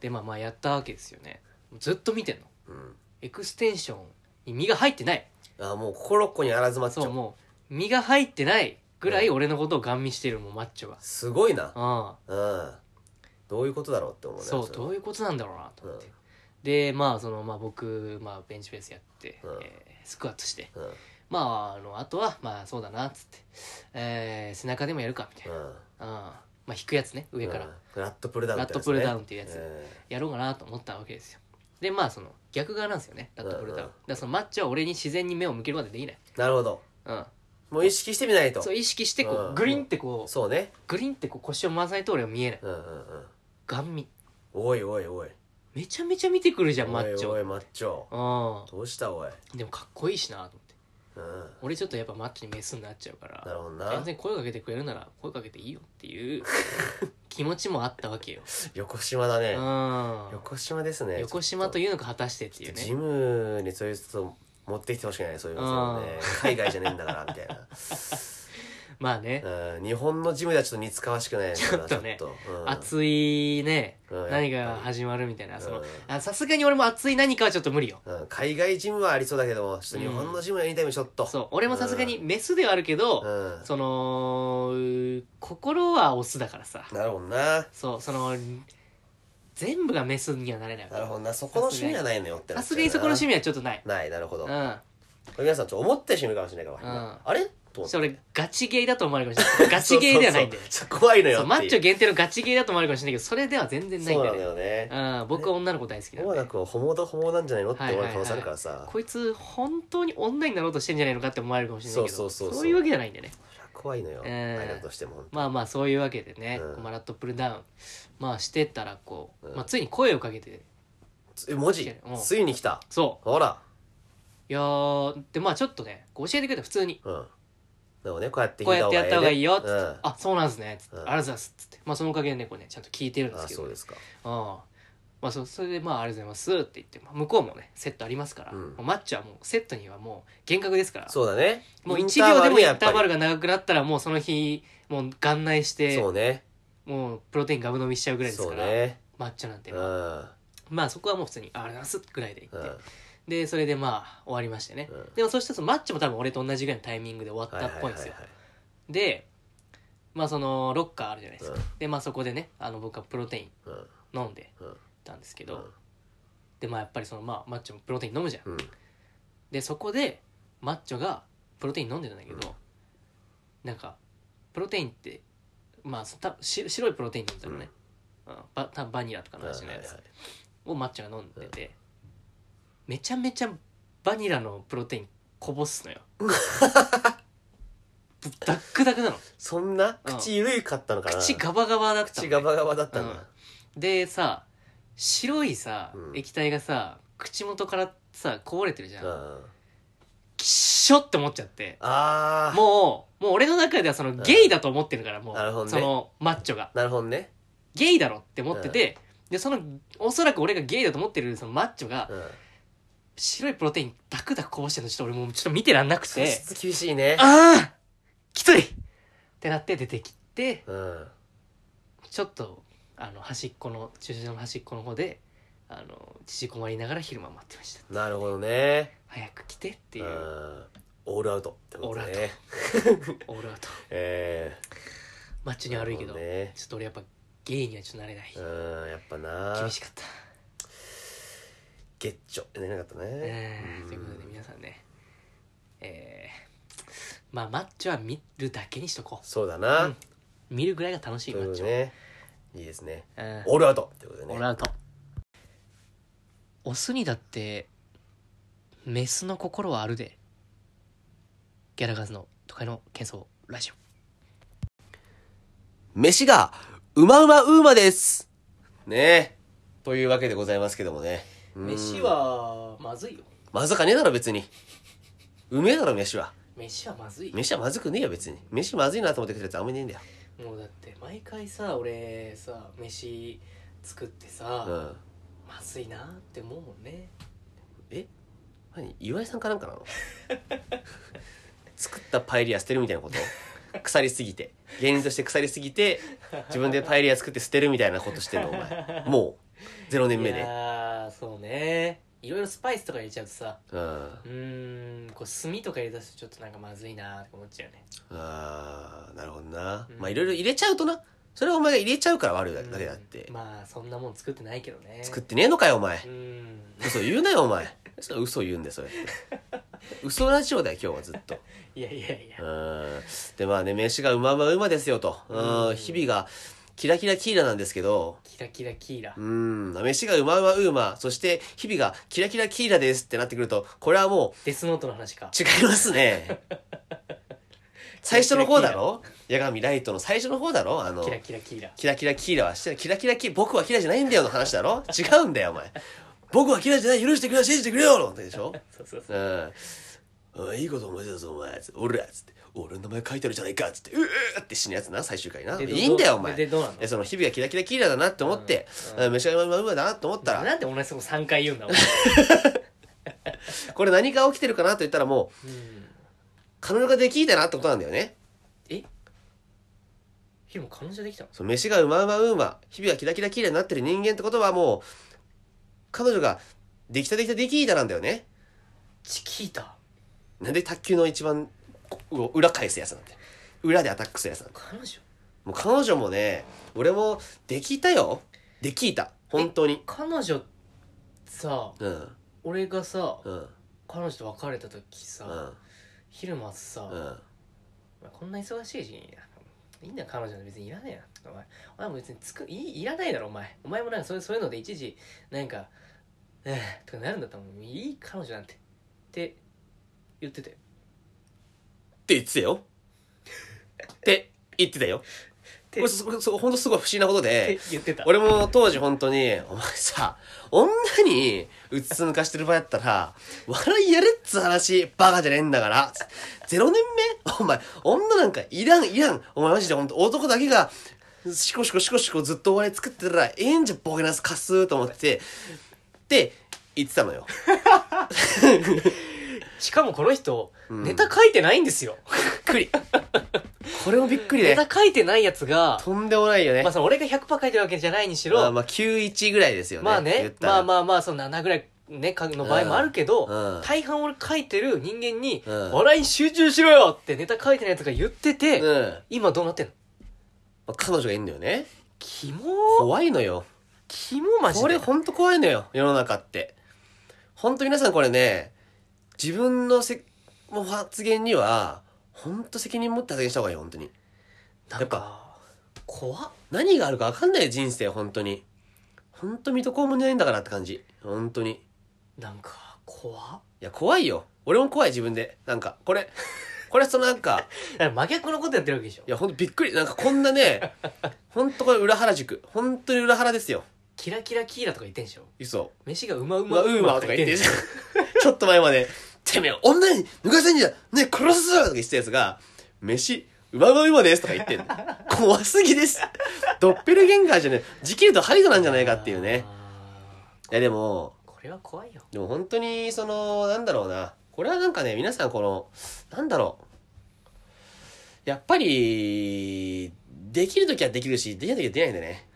Speaker 2: でまあまあやったわけですよねずっと見てんの
Speaker 1: うん
Speaker 2: エクステンションに身が入ってない
Speaker 1: ああもう心っこにあらずマッチ
Speaker 2: そう
Speaker 1: ョ
Speaker 2: もう身が入ってないぐらい俺のことをガン見してるもうマッチョが
Speaker 1: すごいな
Speaker 2: あ
Speaker 1: うんどういうことだろうって思
Speaker 2: あ
Speaker 1: うね
Speaker 2: そう
Speaker 1: れ
Speaker 2: どういうことなんだろうなと思って、
Speaker 1: うん
Speaker 2: でまあそのまあ僕、まあ、ベンチプレスやって、
Speaker 1: うん
Speaker 2: えースクワットして
Speaker 1: うん
Speaker 2: まああのあとはまあそうだなっつって、えー背中でもやるかみたいな、
Speaker 1: うん
Speaker 2: ああまあ引くやつね上から、
Speaker 1: うんラットプルダウン
Speaker 2: ラ
Speaker 1: っ
Speaker 2: ッ
Speaker 1: てやつ
Speaker 2: ト
Speaker 1: ね
Speaker 2: プルダウンっていうやつ、
Speaker 1: ええ
Speaker 2: やろうかなと思ったわけですよでまあその逆側なんですよねラットプルダウン、
Speaker 1: うんうん
Speaker 2: だからそのマッチョは俺に自然に目を向けるまでできない、
Speaker 1: なるほど
Speaker 2: うん、
Speaker 1: もう意識してみないと
Speaker 2: そう意識してこう、
Speaker 1: うん
Speaker 2: グリンってこう
Speaker 1: そうね
Speaker 2: グリンってこう腰を回さないと俺は見えない
Speaker 1: うんうんうん
Speaker 2: ガン見
Speaker 1: おいおいおい
Speaker 2: めちゃめちゃ見てくるじゃんマッチ
Speaker 1: おいお
Speaker 2: ョ
Speaker 1: いマッチョ
Speaker 2: う
Speaker 1: どうしたおい
Speaker 2: んでもかっこいいしなと思って
Speaker 1: うん
Speaker 2: 俺ちょっとやっぱマッチョにメスになっちゃうか
Speaker 1: なる
Speaker 2: ら
Speaker 1: ほどな
Speaker 2: 全然声かけてくれるなら声かけていいよっていう
Speaker 1: [laughs]
Speaker 2: 気持ちもあったわけよ、
Speaker 1: 横島だね
Speaker 2: う
Speaker 1: 横島ですね
Speaker 2: ん、横島と
Speaker 1: い
Speaker 2: いうのか果たしてっていう
Speaker 1: ジ
Speaker 2: ね
Speaker 1: ムにそういう人持ってきてほしくないそういう店もね海外じゃねえんだからみたい
Speaker 2: まあね
Speaker 1: なうん日本のジムではちょっと似つかわしくないな
Speaker 2: [laughs] ちょっとね
Speaker 1: ちょっとうん
Speaker 2: 熱いね
Speaker 1: うん
Speaker 2: 何が始まるみたいな
Speaker 1: うん
Speaker 2: そのあさすがに俺も熱い何かはちょっと無理よ
Speaker 1: うん海外ジムはありそうだけどもちょっと日本のジムやりたいもちょっと
Speaker 2: そう俺もさすがにメスではあるけ
Speaker 1: う
Speaker 2: ど
Speaker 1: ん
Speaker 2: そのう心はオスだからさ
Speaker 1: なるほどな
Speaker 2: そうその全部がメスにはなれない
Speaker 1: なるほどなそこの趣味はないのよってな
Speaker 2: さ
Speaker 1: っちゃ
Speaker 2: す
Speaker 1: うな
Speaker 2: がにそこの趣味はちょっとない
Speaker 1: ないなるほ
Speaker 2: う
Speaker 1: ど
Speaker 2: ん
Speaker 1: これ皆さんちょっと思ってる趣味かもしれないから
Speaker 2: うん
Speaker 1: 今あれと思
Speaker 2: そ
Speaker 1: っ
Speaker 2: してて俺ガチゲイだと思われるかもしれ
Speaker 1: [laughs]
Speaker 2: ないガチゲイではないんだよ
Speaker 1: そうそうそう怖いのよ
Speaker 2: そうマッチ
Speaker 1: ゲ
Speaker 2: ョ限定のガチゲイだと思われるかもしれないけどそれでは全然ないん
Speaker 1: そう
Speaker 2: だ
Speaker 1: な
Speaker 2: よ
Speaker 1: の
Speaker 2: ね
Speaker 1: よね
Speaker 2: うん僕は女の子大好きな
Speaker 1: も
Speaker 2: ん
Speaker 1: うな
Speaker 2: で
Speaker 1: んかホモだホモなんじゃないのって思う可能性あるからさ
Speaker 2: こいつ本当に女になろうとしてんじゃないのかって思われるかもしれないけど
Speaker 1: そうそうそうそう
Speaker 2: いうわけじゃないんだよね
Speaker 1: そりゃ怖いのよ
Speaker 2: うん
Speaker 1: あれだとしても
Speaker 2: まあまあそういうわけでね、
Speaker 1: うん
Speaker 2: まあラットプルダウン、まあ、してたらこう、
Speaker 1: うん
Speaker 2: まあ、ついに声をかけて
Speaker 1: つえ文字
Speaker 2: うん
Speaker 1: ついに来た
Speaker 2: そ
Speaker 1: ほら
Speaker 2: ういやーでまあちょっとねこう教えてくれた普通に
Speaker 1: うんのをねこうやって
Speaker 2: こうやってやった方がいいよっつって、
Speaker 1: うん
Speaker 2: あそうなんですねつって、
Speaker 1: うん
Speaker 2: ありがとうございますつってまあそのおかげでねこうねちゃんと聞いてるんです
Speaker 1: あ
Speaker 2: けど
Speaker 1: そうですか
Speaker 2: ああまあそそれでまあありがとうございますって言って、まあ向こうもねセットありますから、
Speaker 1: うん
Speaker 2: もうマッチはもうセットにはもう厳格ですから
Speaker 1: そうだね
Speaker 2: もう
Speaker 1: イン
Speaker 2: 1秒でもインター
Speaker 1: ル
Speaker 2: バルが長くなったらもうその日もう眼内し
Speaker 1: やっぱり
Speaker 2: て
Speaker 1: そうね
Speaker 2: もうプロテインガブ飲みしちゃうぐらいです
Speaker 1: そう
Speaker 2: から、
Speaker 1: ね
Speaker 2: マッチョなんて、
Speaker 1: うんうん
Speaker 2: まあそこはもう普通にあありがとうございますぐらいで言って、でそれでまあ終わりましてね、
Speaker 1: うん
Speaker 2: でもそしてそのマッチョも多分俺と同じぐらいのタイミングで終わったっぽいんですよ、
Speaker 1: はは
Speaker 2: でまあそのロッカーあるじゃないで
Speaker 1: い
Speaker 2: す
Speaker 1: はい
Speaker 2: か、
Speaker 1: はい
Speaker 2: でまあそこでねあの僕はプロテイ
Speaker 1: うんうん
Speaker 2: ン飲んで
Speaker 1: うん
Speaker 2: たんですけど、でまあやっぱりそのまあマッチョもプロテイン飲むじゃん、
Speaker 1: うん
Speaker 2: でそこでマッチョがプロテイン飲んでたんだけど、
Speaker 1: うん
Speaker 2: なんかプロテインってまあそたし白いプロテイン飲んでたのね、うんバたバニラとかの味のやつをマッチョが飲んでて、めちゃめちゃバニラのプロテインこぼすのよぶダックダクなの
Speaker 1: そんな
Speaker 2: うん
Speaker 1: 口緩いかったのかな
Speaker 2: 口ガバガバだったの
Speaker 1: 口
Speaker 2: ね
Speaker 1: ガバガバだったんだ
Speaker 2: でさ白いさ、
Speaker 1: うん
Speaker 2: 液体がさ口元からさこぼれてるじゃん、
Speaker 1: うん
Speaker 2: きっしょって思っちゃって
Speaker 1: ああ
Speaker 2: もうもう俺の中ではそのゲイだと思ってるからもう、
Speaker 1: なるほどね
Speaker 2: そのマッチョが
Speaker 1: なるほどね
Speaker 2: ゲイだろって思ってて、でそのおそらく俺がゲイだと思ってるそのマッチョが
Speaker 1: うん
Speaker 2: 白いプロテインダクダクこぼしてるのちょっと俺もうちょっと見てらんなく
Speaker 1: 素
Speaker 2: て
Speaker 1: 質厳しいね
Speaker 2: ああきついってなって出てきて
Speaker 1: うん
Speaker 2: ちょっとあの端っこの駐車場の端っこの方であの縮こまりながら昼間待ってました
Speaker 1: なるほどね
Speaker 2: 早く来てっていううん
Speaker 1: オールアウトってこと
Speaker 2: オール
Speaker 1: ね
Speaker 2: オールアウト
Speaker 1: え
Speaker 2: マッチョ
Speaker 1: え
Speaker 2: に悪いけど、
Speaker 1: なるほね
Speaker 2: ちょっと俺やっぱゲイにはちょっとなれない
Speaker 1: うんやっぱな
Speaker 2: 厳しかった
Speaker 1: ゲッチョ出なかったね
Speaker 2: えー
Speaker 1: うん
Speaker 2: ということで皆さんねえー、まあマッチョは見るだけにしとこ
Speaker 1: そうだ
Speaker 2: う
Speaker 1: なん
Speaker 2: 見るぐらいが楽しい
Speaker 1: そ
Speaker 2: マ
Speaker 1: ういう
Speaker 2: ッ
Speaker 1: こ
Speaker 2: チ
Speaker 1: と
Speaker 2: ョ、
Speaker 1: ねいいですね
Speaker 2: うん
Speaker 1: オールアウトってことで
Speaker 2: オ
Speaker 1: ね
Speaker 2: ールアウトオスにだってメスの心はあるでギャラガーズの都会の喧騒ラジオ
Speaker 1: 飯がうまうまうーまですねえというわけでございますけどもねうん
Speaker 2: 飯はまずいよ
Speaker 1: まずかねえだろ別にうめえだろ飯は
Speaker 2: 飯はまずいよ
Speaker 1: 飯はまずくねえよ別に飯まずいなと思ってくるやつあんまりねえんだよ
Speaker 2: もうだって毎回さ俺さ飯作ってさ、
Speaker 1: うん
Speaker 2: まずいなって思うもんね
Speaker 1: え何岩井さんかなんかなの [laughs] 作ったパエリア捨てるみたいなこと腐りすぎて芸人として腐りすぎて自分でパエリア作って捨てるみたいなことしてるのお
Speaker 2: [laughs]
Speaker 1: 前もう0年目
Speaker 2: い
Speaker 1: で
Speaker 2: やーそうねいろいろスパイスとか入れちゃうとさ
Speaker 1: うんあ
Speaker 2: うーんこう炭とか入れ出すとちょっとなんかまずいなーって思っちゃうね
Speaker 1: あーなるほどな、
Speaker 2: うん
Speaker 1: まあいろいろ入れちゃうとなそれはお前が入れちゃうから悪いだ
Speaker 2: うん
Speaker 1: けだって、
Speaker 2: まあそんなもん作ってないけどね
Speaker 1: 作ってねえのかよお前
Speaker 2: うーん
Speaker 1: 嘘言うなよお前それ嘘言うんでそれって嘘ラジオだよ今日はずっ
Speaker 2: [laughs]
Speaker 1: と
Speaker 2: いやいやいや
Speaker 1: うんでまあね飯がうまうまうまですよと、うん
Speaker 2: うん
Speaker 1: 日々がキラキラキーラなんですけど
Speaker 2: キラキラキーラ
Speaker 1: うん飯がうまうまうまそして日々がキラキラキーラですってなってくるとこれはも
Speaker 2: デスノートの話か
Speaker 1: う違いますね
Speaker 2: [laughs]
Speaker 1: 最初の方だろ八神ライトの最初の方だろあの
Speaker 2: キラキラキーラ
Speaker 1: キラキラキーラはしてないキラキラキー僕はキラじゃないんだよの話だろ違うんだよお前僕はキラじゃない許してくれ信じてくれよのことでしょ
Speaker 2: そうそうそう
Speaker 1: うんおいいいこと思い出すぞお前つって俺らっつって俺の名前書いてあるじゃないかっつってうーって死ぬやつな最終回な
Speaker 2: で
Speaker 1: い
Speaker 2: どう
Speaker 1: いんだよお前
Speaker 2: でどうなの
Speaker 1: えその日々がキラキラキラだなって思って
Speaker 2: うんうん
Speaker 1: めしゃめまうまだなと思ったら
Speaker 2: なんで同じこと3回言うんだお前
Speaker 1: これ何か起きてるかなと言ったらもう
Speaker 2: うん
Speaker 1: 彼女ができたなってことなんだよね
Speaker 2: えヒロも彼女できたの
Speaker 1: その飯がうまうまうま日々がキラキラキラになってる人間ってことはもう彼女ができたできたできたなんだよね
Speaker 2: チキータ
Speaker 1: なんで卓球の一番こを裏返すやつなんだよ裏でアタックするやつなんだよ
Speaker 2: 彼女
Speaker 1: もう彼女もね俺もできたよできた本当に
Speaker 2: 彼女さ
Speaker 1: うん
Speaker 2: 俺がさ
Speaker 1: うん
Speaker 2: 彼女と別れた時
Speaker 1: う
Speaker 2: さ
Speaker 1: ん
Speaker 2: 昼間さ、
Speaker 1: うん
Speaker 2: お前こんな忙しい時期にいいんだよ彼女別にいらねえなお前お前も別につくいいらないだろお前お前もなんかそういうそういうので一時なんか「ええとかなるんだったらもういい彼女なんてって言ってて
Speaker 1: って言ってたよって言ってたよこれそこそこほんとすごい不思議なこと
Speaker 2: て
Speaker 1: で
Speaker 2: 言ってた
Speaker 1: 俺も当時本当に「お前さ女にうつつ抜かしてる場合やったら笑いやれっつう話バカじゃねえんだから」0年目お前女なんかいらんいらんお前マジで本当男だけがシコシコシコシコずっとお笑い作ってたらええんじゃボケなすかすーと思ってって言ってたのよ
Speaker 2: しかもこの人、
Speaker 1: うん
Speaker 2: ネタ書いてないんですよくり
Speaker 1: これもびっくり
Speaker 2: ネ
Speaker 1: ね
Speaker 2: タ書いてないやつが、
Speaker 1: とんでもないよね
Speaker 2: まあその俺が100%書いてるわけじゃないにしろ、
Speaker 1: まあまあ91ぐらいですよね
Speaker 2: まあ
Speaker 1: 言っ
Speaker 2: ね、
Speaker 1: たら
Speaker 2: まあまあまあ、その7ぐらいね、かの場合もあるけど、
Speaker 1: うんうん
Speaker 2: 大半俺書いてる人間に、
Speaker 1: うん
Speaker 2: 笑いに集中しろよってネタ書いてないやつが言ってて、
Speaker 1: うん
Speaker 2: 今どうなってんの
Speaker 1: まあ彼女がいるんだよね
Speaker 2: キモ
Speaker 1: 怖いのよ
Speaker 2: キモマジで。
Speaker 1: これほんと怖いのよ世の中ってほんと皆さんこれね自分のせもう発言にはほんと責任持って発言した方がいい本当に
Speaker 2: なんか、怖っ。
Speaker 1: 何があるか分かんないよ人生本当に本当見とこうもんじゃないんだからって感じ本当にい
Speaker 2: なんか、怖っ。
Speaker 1: や怖いよ俺も怖い自分でなんかこれこれそのなんか
Speaker 2: だから真逆のことやってるわけでしょ
Speaker 1: い。やほんとびっくりなんかこんなねほんとこれ裏原塾本当に裏原ですよ
Speaker 2: キラキラキーラとか言ってんでしょ。
Speaker 1: 嘘
Speaker 2: 飯がうまう
Speaker 1: ま
Speaker 2: ま
Speaker 1: あ、ウーマーとか言ってる
Speaker 2: ん
Speaker 1: じ
Speaker 2: で
Speaker 1: ゃ
Speaker 2: し
Speaker 1: ん [laughs]
Speaker 2: ょ。
Speaker 1: ちょっと前まで、てめえ、女に抜かせんじゃんねえ殺すぞとか言ってたやつが、飯、うまうまうまですとか言ってん
Speaker 2: [laughs]
Speaker 1: の怖すぎです。ドッペルゲンガーじゃねえ、時給とハリドなんじゃないかっていうね。
Speaker 2: あ
Speaker 1: いや、でも、
Speaker 2: ー。これは怖いよ。
Speaker 1: でも本当に、その、なんだろうな。これはなんかね、皆さんこの、なんだろう。やっぱり、できるときはできるし、できないときはできないんだ
Speaker 2: [laughs]
Speaker 1: ね。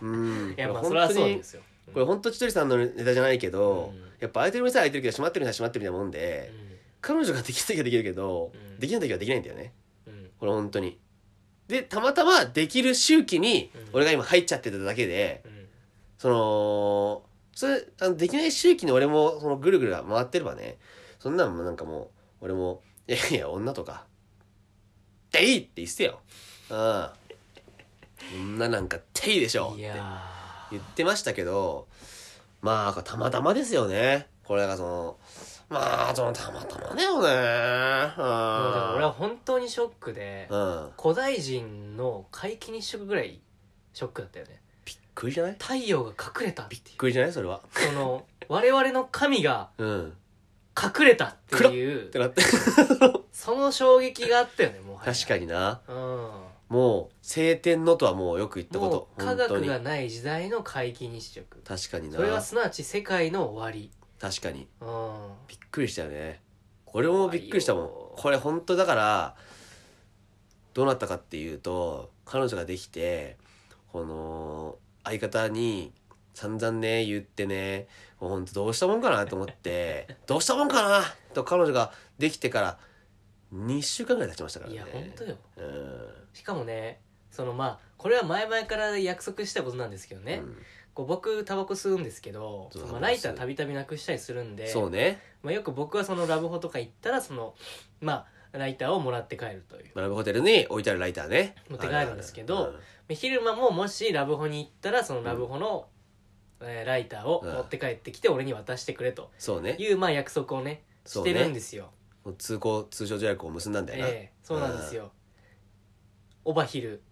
Speaker 1: うん。
Speaker 2: いや、まあ、
Speaker 1: こ
Speaker 2: そ
Speaker 1: れ
Speaker 2: れ
Speaker 1: 本
Speaker 2: は
Speaker 1: 当に
Speaker 2: そうなんですよ。
Speaker 1: これ本当千鳥さんのネタじゃないけど、
Speaker 2: うん
Speaker 1: やっぱ空いてる店は空いてるけど閉まってる店は閉まってるみたいなもんで、彼女ができる時はできるけど、
Speaker 2: うん
Speaker 1: できない時はできないんだよね
Speaker 2: うん。うん。
Speaker 1: これ本当にでたまたまできる周期に
Speaker 2: うん
Speaker 1: 俺が今入っちゃってただけで、
Speaker 2: うん。
Speaker 1: そのそれあのできない周期に俺もそのぐるぐる回ってればねそんなのもなんかもう俺も「いやいや女とか」「てい!」って言ってたようん女なんか「てい!」でしょっ
Speaker 2: い
Speaker 1: て
Speaker 2: やー
Speaker 1: 言ってましたけどまあたまたまですよねこれがそのまあそのたまたまだよね
Speaker 2: もうでも俺
Speaker 1: う
Speaker 2: は本当にショックで
Speaker 1: ん、うん、
Speaker 2: 古代人の皆既日食ぐらいショックだったよね
Speaker 1: びっくりじゃないびっ
Speaker 2: 太陽が隠れたっていう
Speaker 1: くりじゃないそれは
Speaker 2: その我々の神が
Speaker 1: うんっ
Speaker 2: 隠れたっていう
Speaker 1: てなって [laughs]
Speaker 2: その衝撃があったよねもう
Speaker 1: 確かにな
Speaker 2: にうん
Speaker 1: もう晴天のとはもうよく言ったこ
Speaker 2: も
Speaker 1: と
Speaker 2: う科
Speaker 1: 本当
Speaker 2: 学
Speaker 1: に
Speaker 2: がない時代の皆既日食
Speaker 1: 確かにな
Speaker 2: それはすなわち世界の終わり
Speaker 1: 確かに
Speaker 2: うん
Speaker 1: びっくりしたよね俺もびっくりしたもん
Speaker 2: 怖いよ
Speaker 1: これ本当だからどうなったかっていうと彼女ができてこの相方に散々ね言ってねもう本当どうしたもんかなと思って
Speaker 2: [laughs]
Speaker 1: どうしたもんかなと彼女ができてから2週間ぐらい経ちましたから
Speaker 2: い
Speaker 1: ね
Speaker 2: や本当よ
Speaker 1: うん
Speaker 2: しかもねそのまあこれは前々から約束したことなんですけどね、
Speaker 1: うん
Speaker 2: こう僕タバコ吸うんですけど
Speaker 1: そう
Speaker 2: ま
Speaker 1: タバ
Speaker 2: あ、ラ
Speaker 1: コ吸う
Speaker 2: イターたびたびなくしたりするんで
Speaker 1: そうね
Speaker 2: まあ、よく僕はそのラブホとか行ったらそのまあライターをもらって帰るという
Speaker 1: ラブホテルに置いてあるライターね
Speaker 2: 持って帰るんですけど
Speaker 1: あるある
Speaker 2: で昼間ももしラブホに行ったらそのラブホの、えーライターを
Speaker 1: うん
Speaker 2: 持って帰ってきて俺に渡してくれと
Speaker 1: そうね
Speaker 2: いう、まあ、約束をね
Speaker 1: そ
Speaker 2: し
Speaker 1: う
Speaker 2: てるん
Speaker 1: ね
Speaker 2: ですよ、
Speaker 1: もう通行通常条約を結んだんだよな、
Speaker 2: ええそうなんですよオバヒル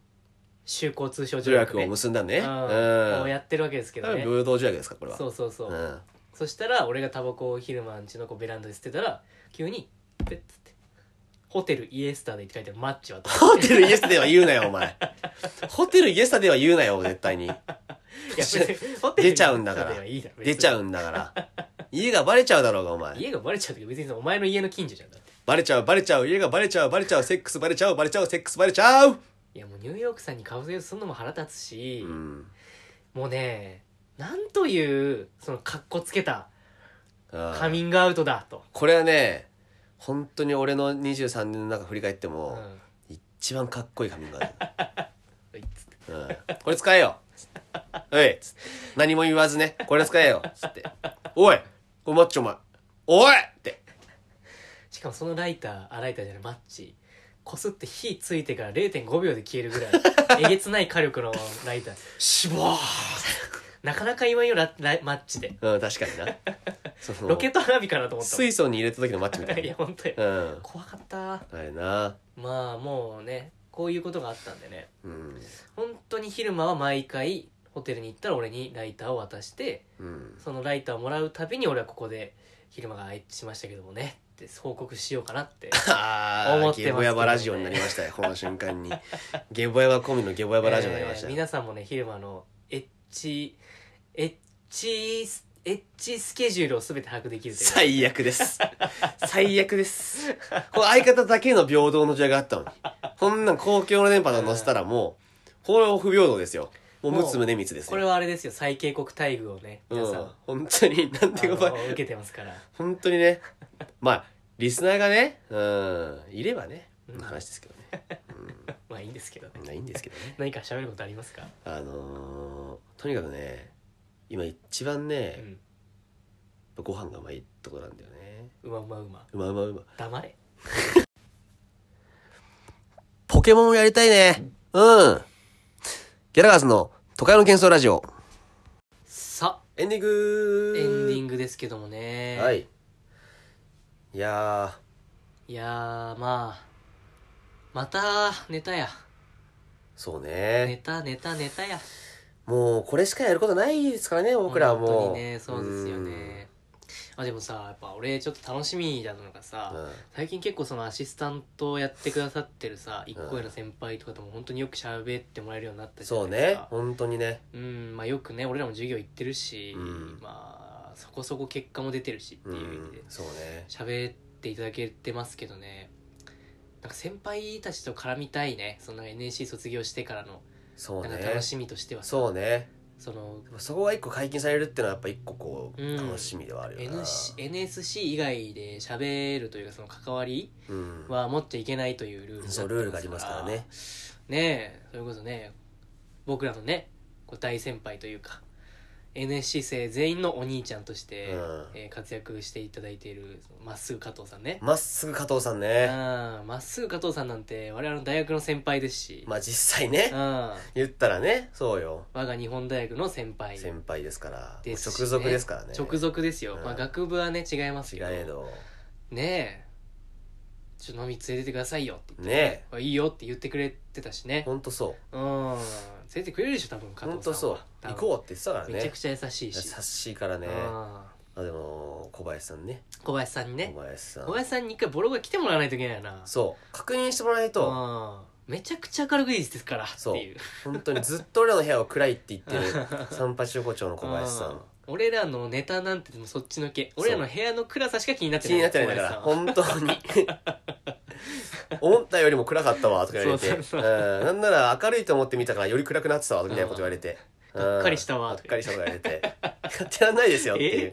Speaker 2: 就航通商
Speaker 1: 条
Speaker 2: 条約,、
Speaker 1: 約
Speaker 2: ね
Speaker 1: を結んだね。う
Speaker 2: うん、を
Speaker 1: ん。
Speaker 2: やってるわけですけどね
Speaker 1: 平等条約ですか、これは。
Speaker 2: そうそうそう、
Speaker 1: うん。
Speaker 2: そしたら俺がタバコを昼間んちのこうベランダで捨てたら急にペッつって「ホテルイエスターで」って書いてあるマッチはと
Speaker 1: ホテルイエスタでは言うなよ、お前。ホテルイエスタでは言うなよ、絶対に。
Speaker 2: いや別にホテル
Speaker 1: [laughs] 出ちゃうんだから
Speaker 2: いやいいだろ
Speaker 1: 出ちゃ
Speaker 2: う
Speaker 1: うんだから。家がバレちゃうだろうが、お前。
Speaker 2: 家がバレちゃうけど別にそのお前の家の近所じゃんだって
Speaker 1: バレちゃう、バレちゃう、家がバレちゃう、バレちゃう、セックスバレちゃう、バレちゃう、セックスバレちゃう
Speaker 2: いやもうニューヨークさんに顔せようとするのも腹立つし、
Speaker 1: うん。
Speaker 2: もうねなんというそのかっこつけた
Speaker 1: あ
Speaker 2: カ
Speaker 1: ー
Speaker 2: ミングアウトだと、
Speaker 1: これはね、本当に俺の23年の中振り返って
Speaker 2: うん
Speaker 1: も、一番かっこいい髪
Speaker 2: [laughs]
Speaker 1: 型。
Speaker 2: いっつっ
Speaker 1: う
Speaker 2: て
Speaker 1: んこれ使えよ。おい、つって何も言わずね、これ使えよ。つって。おい、これマッチョお前。おいって。
Speaker 2: しかもそのライターあライターじゃないマッチこすって火ついてから0.5秒で消えるぐらい
Speaker 1: [laughs]
Speaker 2: えげつない火力のライター
Speaker 1: しば
Speaker 2: なかなか言わんよララマッチで
Speaker 1: ー。うん、確かにな。その
Speaker 2: ロケット花火かなと思ったもん
Speaker 1: 水
Speaker 2: [laughs]
Speaker 1: 素に入れた時のマッチみたい
Speaker 2: いや本当よ
Speaker 1: な。うん。
Speaker 2: 怖かった
Speaker 1: あれな。
Speaker 2: まあもうねこういうことがあったんでね
Speaker 1: うん
Speaker 2: 本当に昼間は毎回ホテルに行ったら俺にライターを渡して [laughs]
Speaker 1: うん
Speaker 2: そのライターをもらうたびに俺はここで昼間が相手しましたけどもねって報告しようかなって
Speaker 1: あ
Speaker 2: 思
Speaker 1: あ
Speaker 2: ってますけどね
Speaker 1: ゲボヤバラジオになりましたよこの瞬間にゲボヤバ込みのゲボヤバラジオになりました
Speaker 2: えー
Speaker 1: よ、
Speaker 2: 皆さんもね昼間のエッチエッチエッチスケジュールを全て把握できるという
Speaker 1: 最悪です最悪ですこれ相方だけの平等の時代があったのにこんなん公共の電波で載せたらもうこれは不平等ですよもう
Speaker 2: もう
Speaker 1: 陸奥宗光です
Speaker 2: これ
Speaker 1: よ
Speaker 2: はあれですよ最恵国待遇をね
Speaker 1: う
Speaker 2: 皆さん、
Speaker 1: ん本当になんていう
Speaker 2: あ
Speaker 1: か
Speaker 2: の受けてますから
Speaker 1: 本当にねまあリスナーがねうんいればねの話ですけどね
Speaker 2: まあいいんですけどね
Speaker 1: みんないいんですけどね
Speaker 2: 何か喋ることありますか、
Speaker 1: あのーとにかくね今一番ね、
Speaker 2: うん、
Speaker 1: ご飯がうまいとこなんだよね
Speaker 2: うまうまうま
Speaker 1: うまうまうま
Speaker 2: 黙れ
Speaker 1: ポケモンやりたいねうんギャラガーズの都会の喧騒ラジオ
Speaker 2: さ
Speaker 1: エンディン
Speaker 2: あ
Speaker 1: グ
Speaker 2: エンディングですけどもね、、
Speaker 1: はいいいやー
Speaker 2: やーまあまたネタや
Speaker 1: そう
Speaker 2: ネ
Speaker 1: ね
Speaker 2: タネタネタや
Speaker 1: もうこれしかやることないですからね僕らはもう
Speaker 2: 本当にねそうですよねあでもさやっぱ俺ちょっと楽しみだったのがさ、
Speaker 1: うんうん
Speaker 2: 最近結構そのアシスタントをやってくださってるさ一個上の先輩とかとも本当によく喋ってもらえるようになったじゃな
Speaker 1: そう
Speaker 2: いです
Speaker 1: ね
Speaker 2: か
Speaker 1: 本当にね
Speaker 2: うんまあよくね俺らも授業行ってるし、
Speaker 1: うん
Speaker 2: まあそこそこ結果も出てるしって
Speaker 1: う
Speaker 2: いう意味で
Speaker 1: んそうね
Speaker 2: 喋っていただけてますけどねなんか先輩たちと絡みたいねその NSC 卒業してからの
Speaker 1: そう
Speaker 2: なんか
Speaker 1: ね
Speaker 2: 楽しみとしてはさ
Speaker 1: そうね
Speaker 2: その
Speaker 1: そこが一個解禁されるってのはやっぱ一個こ
Speaker 2: うん
Speaker 1: う楽しみではあるよな、
Speaker 2: NC NSC 以外で喋るというかその関わり
Speaker 1: うん、
Speaker 2: は持っちゃいけないというルール
Speaker 1: そうルールがありますからね
Speaker 2: ねえそれこそね僕らのねこう大先輩というか NSC 生全員のお兄ちゃんとして、
Speaker 1: うん
Speaker 2: えー活躍していただいているそのまっすぐ加藤さんね
Speaker 1: まっすぐ加藤さん
Speaker 2: う
Speaker 1: ね
Speaker 2: んまっすぐ加藤さんなんて我々の大学の先輩ですし、
Speaker 1: まあ実際ね
Speaker 2: うん、
Speaker 1: 言ったらねそうよ
Speaker 2: 我が日本大学の先輩
Speaker 1: 先輩ですから
Speaker 2: ですしね
Speaker 1: 直属ですからね
Speaker 2: 直属ですよ、
Speaker 1: うん
Speaker 2: まあ、学部はね違います
Speaker 1: 違
Speaker 2: けど
Speaker 1: えど
Speaker 2: ねえちょっと飲み連れてってくださいよって言って
Speaker 1: ね
Speaker 2: あいいよって言ってくれてたしね
Speaker 1: えほんとそ
Speaker 2: うん連れてくれるでしょ多分
Speaker 1: う
Speaker 2: 加
Speaker 1: ほんと
Speaker 2: 藤さん
Speaker 1: そう
Speaker 2: は
Speaker 1: 行
Speaker 2: う
Speaker 1: こうって言ってたから
Speaker 2: めちゃ
Speaker 1: ね
Speaker 2: くちゃ優しい
Speaker 1: 優
Speaker 2: し
Speaker 1: しいからね
Speaker 2: うん
Speaker 1: あでも小林さんね
Speaker 2: 小林さんにね
Speaker 1: 小林さん
Speaker 2: 小林さんに一回ボロが来てもらわないといけないな
Speaker 1: そう確認してもらわないと
Speaker 2: うんめちゃくちゃ明るくいいですからっていう
Speaker 1: 本当にずっと俺らの部屋を暗いって言って
Speaker 2: [laughs]
Speaker 1: る三八横丁の小林さ
Speaker 2: うん
Speaker 1: ん
Speaker 2: 俺らのネタなんてでもそっちのけ
Speaker 1: う
Speaker 2: 俺らの部屋の暗さしか気になって
Speaker 1: 気
Speaker 2: ない
Speaker 1: になってないんだから
Speaker 2: 小林
Speaker 1: 本当に思ったよりも暗かったわとか言われて
Speaker 2: そうそうそう
Speaker 1: うんなんなら明るいと思って見たからより暗くなってたわみたいなこと言われて
Speaker 2: ん [laughs] がっかりしたわ
Speaker 1: うんがっかりしたとか言われてやってらんないですよっていう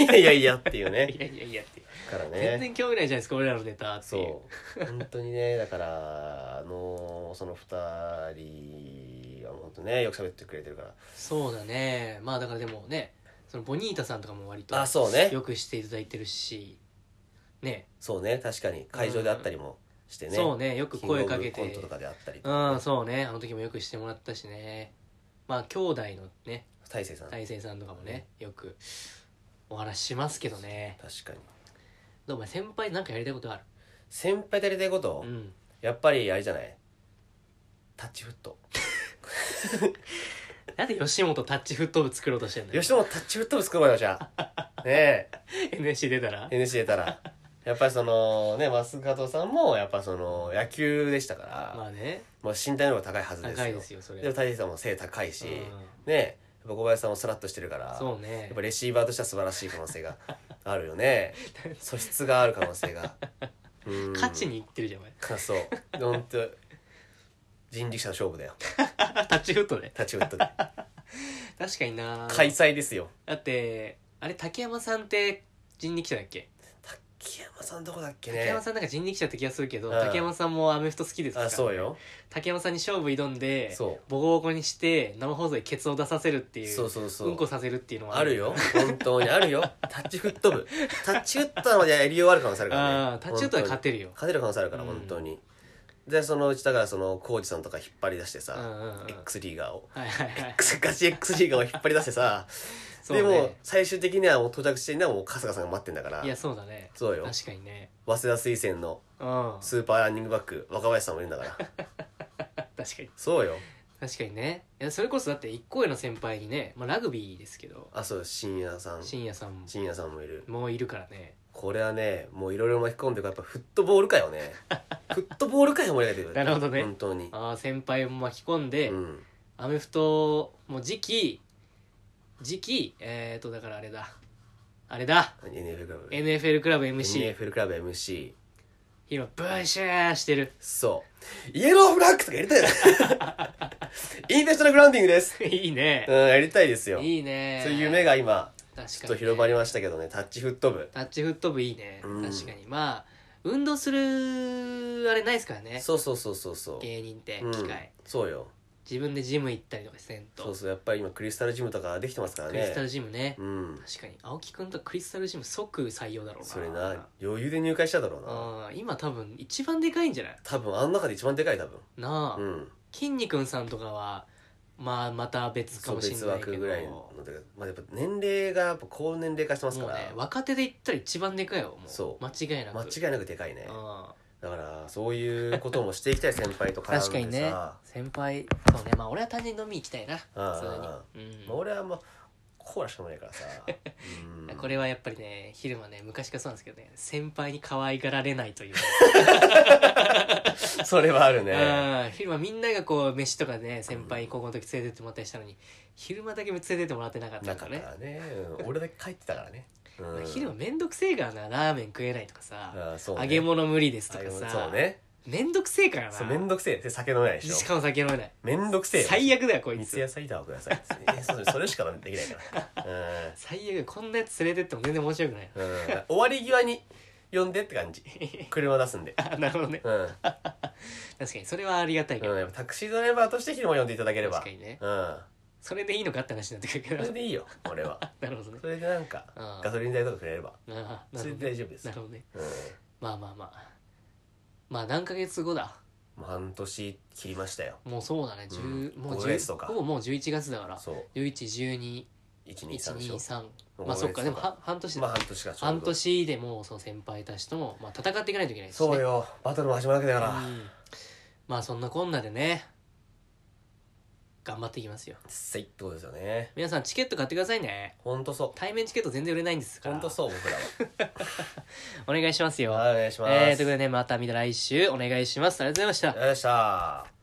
Speaker 2: え
Speaker 1: いやいやいやっていう
Speaker 2: さんは
Speaker 1: ね
Speaker 2: いやいやいやって
Speaker 1: から
Speaker 2: 全
Speaker 1: ね
Speaker 2: 然興味ないじゃないですか俺らのネタっていう
Speaker 1: そう本当にねだからあのーその2人は本当ねよく喋ってくれてるか
Speaker 2: そうだねまあだからでもねそのボニータさんとかも割と
Speaker 1: らあそうね
Speaker 2: よくしていただいてるしね
Speaker 1: そうね確かに会場であったりもしてね
Speaker 2: そうねよく
Speaker 1: キングオブ
Speaker 2: 声かけ
Speaker 1: コン
Speaker 2: て
Speaker 1: トとかであったり
Speaker 2: うんそうねあの時もよくしてもらったしねまあ兄弟のね
Speaker 1: 大勢さん確
Speaker 2: 大成さんとかもねよくお話ししますけどね
Speaker 1: かに
Speaker 2: お前先輩なんかやりたいことある
Speaker 1: 先輩とやりたいこと、
Speaker 2: うん
Speaker 1: やっぱりあれじゃないタッチフット
Speaker 2: なんで吉本タッチフット部作ろうとしてんのよ
Speaker 1: 吉本タッチフット部作ろうよじゃ
Speaker 2: [laughs]
Speaker 1: あね
Speaker 2: NSC 出たら
Speaker 1: え NC 出たらやっぱりそのね増加藤さんもやっぱその野球でしたから、
Speaker 2: まあね
Speaker 1: まあ、身体能力高いはずですよ
Speaker 2: 高いですよそれ
Speaker 1: でも大勢さんも背高いし、
Speaker 2: うん
Speaker 1: ねえやっぱ小林さんもスラッとしてるから
Speaker 2: そうね
Speaker 1: やっぱレシーバーとしては素晴らしい可能性
Speaker 2: [laughs]
Speaker 1: があるよね素質がある可能性がうん
Speaker 2: 勝ちにいってるじゃんお前
Speaker 1: あそう本当人力車の勝負だよ
Speaker 2: タッチフットで
Speaker 1: タッチフットで
Speaker 2: 確かにな
Speaker 1: 開催ですよ
Speaker 2: だってあれ竹山さんって人力車だっけ
Speaker 1: 竹山さんどこだっけね
Speaker 2: 竹山さんなんか人力車って気がするけ
Speaker 1: う
Speaker 2: ど、
Speaker 1: ん
Speaker 2: 竹山さんもアメフト好きですから
Speaker 1: あそうよ
Speaker 2: 竹山さんに勝負挑んで
Speaker 1: そう
Speaker 2: ボコボコにして生放送でケツを出させるっていう
Speaker 1: そうそうそう
Speaker 2: うんこさせるっていうのは
Speaker 1: あるよ本当にあ
Speaker 2: [laughs]
Speaker 1: るよタッチフット部タッチフットまでやりようある可能性あるから
Speaker 2: あ
Speaker 1: ね
Speaker 2: あタッチアウトは勝
Speaker 1: て
Speaker 2: てるよ
Speaker 1: 勝てる可能性あるから
Speaker 2: うん
Speaker 1: 本当にでそのうちだからその浩二さんとか引っ張り出して
Speaker 2: うんう
Speaker 1: さ
Speaker 2: んうん
Speaker 1: X リーガーを
Speaker 2: はいはいはい
Speaker 1: ガチ X リーガーを引っ張り出してさ
Speaker 2: [laughs] そう
Speaker 1: で
Speaker 2: ね
Speaker 1: も最終的にはもう到着してるのはもう春日さんが待ってんだから
Speaker 2: いやそうだね
Speaker 1: そうよ
Speaker 2: 確かにね
Speaker 1: 早稲田水仙の
Speaker 2: うん
Speaker 1: スーパーランニングバック若林さんもいるんだ
Speaker 2: [laughs]
Speaker 1: から
Speaker 2: 確かに
Speaker 1: そうよ
Speaker 2: 確かにねいやそれこそだって一個上の先輩にね、まあ、ラグビーですけど
Speaker 1: あそう深夜さん
Speaker 2: 深夜さんも
Speaker 1: 深夜さんもいる
Speaker 2: もういるからね
Speaker 1: これはねもういろいろ巻き込んでるからやっぱフットボール界を
Speaker 2: [laughs]
Speaker 1: ねフットボール界を盛り上げてく
Speaker 2: なるほどね
Speaker 1: 本当に
Speaker 2: ああ先輩も巻き込んで、
Speaker 1: うん
Speaker 2: アメフトも次期次期えっ、ー、とだからあれだあれだ
Speaker 1: NFL クラブ
Speaker 2: NFL クラブ MC
Speaker 1: NFL クラブ MC
Speaker 2: 今ブッシャーしてる [laughs]
Speaker 1: そうイエローフラッグとかやりたいなインターナショナルグラウンディングです
Speaker 2: いいね
Speaker 1: うんやりたいですよ
Speaker 2: いいね
Speaker 1: そういう夢が今
Speaker 2: 確かに、ね、
Speaker 1: ちょっと広まりましたけどねタッチフット部
Speaker 2: タッチフット部いいね、
Speaker 1: うん
Speaker 2: 確かにまあ運動するあれないですからね
Speaker 1: そうそうそうそうそう
Speaker 2: 芸人って
Speaker 1: うん
Speaker 2: 機会、
Speaker 1: そうよ
Speaker 2: 自分でジム行ったりとかせんと
Speaker 1: そうそうやっぱり今クリスタルジムとかできてますから
Speaker 2: クリスタル
Speaker 1: ね
Speaker 2: ジムね、
Speaker 1: うん
Speaker 2: 確かに青木くんとクリスタルジム即採用だろうな
Speaker 1: それな余裕で入会しただろうな
Speaker 2: うん今多分一番でかいんじゃない
Speaker 1: 多分あの中で一番でかい多分
Speaker 2: なあ、
Speaker 1: うん
Speaker 2: 筋肉さんとかはまあまた別か
Speaker 1: そう
Speaker 2: もしれ
Speaker 1: 別
Speaker 2: ないけ
Speaker 1: 枠
Speaker 2: ど
Speaker 1: ぐらいのでまあやっぱ年齢がやっぱ高年齢化してますか
Speaker 2: もう
Speaker 1: ら
Speaker 2: ね若手で言ったら一番でかいよもう
Speaker 1: そう
Speaker 2: 間違いなく
Speaker 1: 間違いなくでかいね
Speaker 2: うん
Speaker 1: だからそういうこともしていきたい先輩と絡んでさ
Speaker 2: [laughs] 確かにね先輩そうねまあ俺は単純に飲み行きたいな
Speaker 1: うん
Speaker 2: 普通にうん
Speaker 1: まあ俺はまあコーラしか飲まないからさうん
Speaker 2: [laughs] これはやっぱりね昼間ね昔からそうなんですけどね先輩に可愛がられないという、
Speaker 1: それはあるね
Speaker 2: うん昼間みんながこう飯とかね先輩に高校の時連れてってもらったりしたのに昼間だけ連れてってもらってなかった
Speaker 1: だ
Speaker 2: ん
Speaker 1: か
Speaker 2: だ
Speaker 1: ら
Speaker 2: ね
Speaker 1: ねうん俺だけ帰ってたからねうん
Speaker 2: 昼間めんどくせえからなラーメン食えないとかさ、
Speaker 1: あそうね
Speaker 2: 揚げ物無理ですと
Speaker 1: 揚げ
Speaker 2: か
Speaker 1: 物
Speaker 2: さ
Speaker 1: そうね
Speaker 2: めんどくせえからな
Speaker 1: そうめんどくせえで酒飲めないでしょ
Speaker 2: しかも酒飲めない
Speaker 1: めんどくせえよ
Speaker 2: 最悪だよこい
Speaker 1: 三ツ
Speaker 2: つ
Speaker 1: 矢サイダーをくださいえそうそれしかできない
Speaker 2: [laughs]
Speaker 1: からうん
Speaker 2: 最悪こんなやつ連れてっても全然面
Speaker 1: [laughs]
Speaker 2: 白くない
Speaker 1: うん終わり際に呼んでって
Speaker 2: [laughs]
Speaker 1: 感じ車出すんで
Speaker 2: あなるほどね
Speaker 1: うん、うん、
Speaker 2: 確かにそれはありがたいけど、
Speaker 1: やっぱタクシードライバーとして昼間呼んでいただければ
Speaker 2: 確かにね
Speaker 1: うん
Speaker 2: それでいいのかって話になってくるけど
Speaker 1: それでいいよ俺は
Speaker 2: なるほどね
Speaker 1: それでなんか
Speaker 2: あー
Speaker 1: ガソリン代とかくれれば
Speaker 2: ああな
Speaker 1: そ
Speaker 2: る
Speaker 1: れで
Speaker 2: ほどね
Speaker 1: 大丈夫です
Speaker 2: なるほどね
Speaker 1: うん
Speaker 2: まあまあまあまあ何ヶ月後だ
Speaker 1: もう半年切りましたよ
Speaker 2: もうそうだね、十
Speaker 1: うん
Speaker 2: もう
Speaker 1: 五月とか
Speaker 2: ほぼもう11月だから
Speaker 1: そう
Speaker 2: 111213
Speaker 1: 123しょ
Speaker 2: まあそっかでも
Speaker 1: 五月と
Speaker 2: は半年で、
Speaker 1: まあ半年かちょうど
Speaker 2: 半年でもうその先輩たちとも、まあ、戦っていかないといけないですね
Speaker 1: そうよバトルも始まるわけだ
Speaker 2: う
Speaker 1: から、
Speaker 2: んまあそんなこんなでね頑張っていきますよ
Speaker 1: せいってことですよね
Speaker 2: 皆さんチケット買ってくださいね
Speaker 1: ほんとそ
Speaker 2: 対面チケット全然売れないんです
Speaker 1: う
Speaker 2: から
Speaker 1: ほんとそう僕らは
Speaker 2: お願いしますよ、
Speaker 1: はいお願いします
Speaker 2: えー、ということでねまた見て来週お願いしますありがとうございました
Speaker 1: よっしゃー